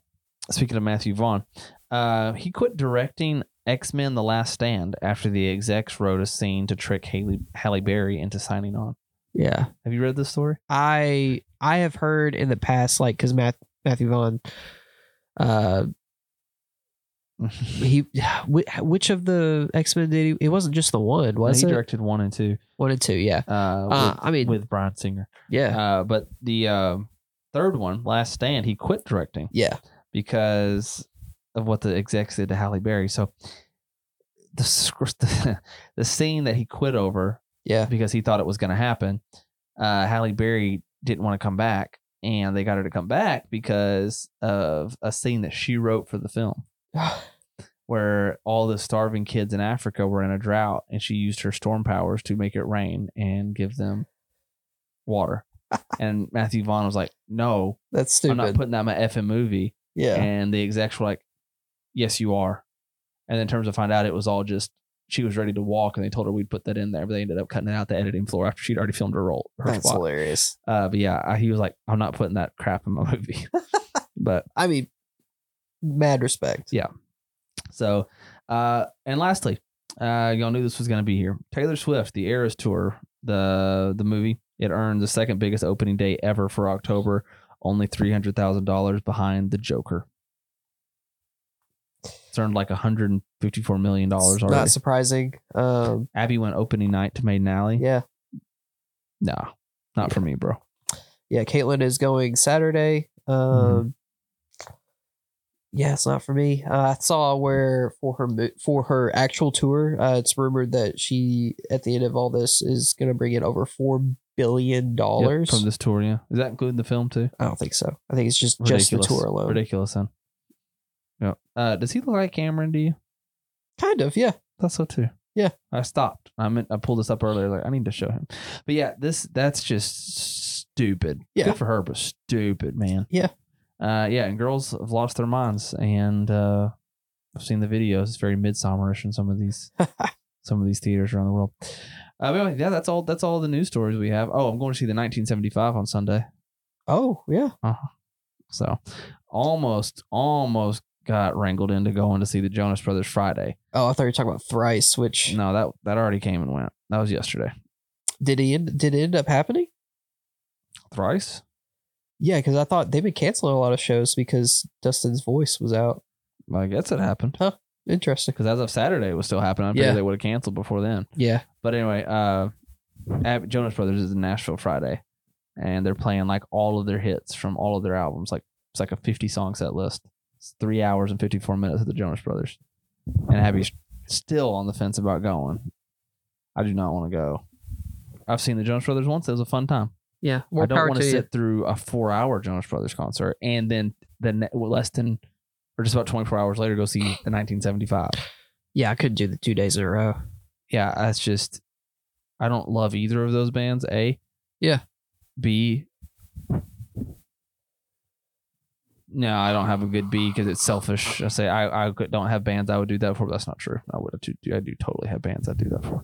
Speaker 1: speaking of Matthew Vaughn, uh, he quit directing X Men: The Last Stand after the execs wrote a scene to trick Haley Halle Berry into signing on.
Speaker 2: Yeah,
Speaker 1: Have you read this story?
Speaker 2: I I have heard in the past, like because Matt, Matthew Vaughn, uh, he whi- which of the X Men did he? It wasn't just the one, was
Speaker 1: he
Speaker 2: it?
Speaker 1: directed one and two.
Speaker 2: one and two, yeah.
Speaker 1: Uh,
Speaker 2: Uh,
Speaker 1: with,
Speaker 2: I mean,
Speaker 1: with Brian Singer.
Speaker 2: yeah,
Speaker 1: Uh, but the um third one, Last Stand, he quit directing
Speaker 2: yeah,
Speaker 1: because of what the execs did to Halle Berry. So the sc- the, scene that he quit over
Speaker 2: yeah,
Speaker 1: because he thought it was going to happen, uh, Halle Berry didn't want to come back, and they got her to come back because of a scene that she wrote for the film. Where all the starving kids in Africa were in a drought, and she used her storm powers to make it rain and give them water. and Matthew Vaughn was like, "No,
Speaker 2: that's
Speaker 1: I'm not
Speaker 2: stupid.
Speaker 1: putting that in my effing movie.
Speaker 2: yeah,
Speaker 1: And the execs were like, yes, you are. And in terms of find out, it was all just she was ready to walk, and they told her we'd put that in there, but they ended up cutting it out the editing floor after she'd already filmed her role. Her
Speaker 2: that's
Speaker 1: spot.
Speaker 2: hilarious.
Speaker 1: Uh, but yeah, I, he was like, I'm not putting that crap in my movie. but
Speaker 2: I mean, mad respect.
Speaker 1: so, uh, and lastly, uh, y'all knew this was going to be here. Taylor Swift, the Eras Tour, the the movie. It earned the second biggest opening day ever for October, only three hundred thousand dollars behind the Joker. It's earned like hundred and fifty four million dollars already.
Speaker 2: Not surprising. Um,
Speaker 1: Abby went opening night to Maiden Alley.
Speaker 2: yeah,
Speaker 1: No, not for me, bro. Mm-hmm.
Speaker 2: yeah. Caitlin is going Saturday. Um, yeah, it's not for me. Uh, I saw where for her mo- for her actual tour, uh, it's rumored that she at the end of all this is going to bring in over four billion
Speaker 1: Yep,
Speaker 2: dollars.
Speaker 1: from this tour. Yeah, is that including the film too?
Speaker 2: I don't think so. I think it's just just the
Speaker 1: Ridiculous.
Speaker 2: tour alone.
Speaker 1: Ridiculous, son. Yeah. Uh, does he look like Cameron? Do you?
Speaker 2: Kind of, yeah.
Speaker 1: That's so too.
Speaker 2: Yeah.
Speaker 1: I stopped. I meant I pulled this up earlier. Like I need to show him. But yeah, this that's just stupid.
Speaker 2: Yeah.
Speaker 1: Good for her, but stupid, man.
Speaker 2: Yeah.
Speaker 1: Uh yeah, and girls have lost their minds and uh I've seen the videos. It's very midsommerish in some of these some of these theaters around the world. Uh, but anyway, yeah, that's all that's all the news stories we have. Oh, I'm going to see the 1975 on Sunday.
Speaker 2: Oh, yeah.
Speaker 1: So almost almost got wrangled into going to see the Jonas Brothers Friday.
Speaker 2: Oh, I thought you were talking about Thrice, which
Speaker 1: No, that that already came and went. That was yesterday.
Speaker 2: did he end, did it end up happening?
Speaker 1: Thrice?
Speaker 2: Yeah, because I thought they've been canceling a lot of shows because Dustin's voice was out.
Speaker 1: I guess it happened.
Speaker 2: Interesting.
Speaker 1: Because as of Saturday, it was still happening. I figured
Speaker 2: Yeah.
Speaker 1: they would have canceled before then.
Speaker 2: Yeah.
Speaker 1: But anyway, uh, Ab- Jonas Brothers is in Nashville Friday, and they're playing like all of their hits from all of their albums. Like it's like a fifty song set list. It's three hours and fifty four minutes of the Jonas Brothers, and Abby's still on the fence about going. I do not want to go. I've seen the Jonas Brothers once. It was a fun time.
Speaker 2: Yeah.
Speaker 1: I don't want to sit through a four hour Jonas Brothers concert and then the ne- less than or just about twenty four hours later go see the 1975
Speaker 2: Yeah, I couldn't do the two days in a row.
Speaker 1: yeah, that's just I don't love either of those bands. A.
Speaker 2: Yeah.
Speaker 1: B. No, I don't have a good B because it's selfish. I say I, I could- don't have bands I would do that for, but that's not true. I would do I do totally have bands I do that for.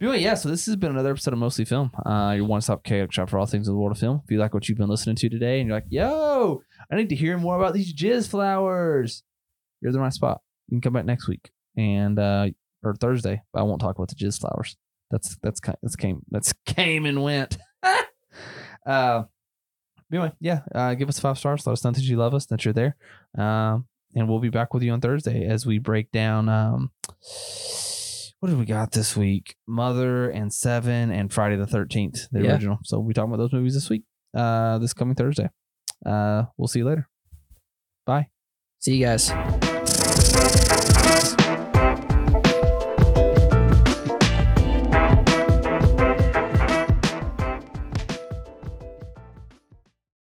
Speaker 1: But anyway, yeah, so this has been another episode of Mostly Film, uh, your one stop chaotic shop for all things in the world of film. If you like what you've been listening to today and you're like, yo, I need to hear more about these jizz flowers, you're the right spot. You can come back next week and uh, or Thursday. But I won't talk about the jizz flowers. That's that's ki- that's came that's came and went. uh, anyway, yeah, uh, give us five stars. Let us know that you love us, that you're there, um, and we'll be back with you on Thursday as we break down. Um, what have we got this week? Mother and Seven and Friday the Thirteenth, the
Speaker 2: Yeah.
Speaker 1: original. So we'll be talking about those movies this week. Uh, this coming Thursday. Uh, we'll see you later. Bye.
Speaker 2: See you guys.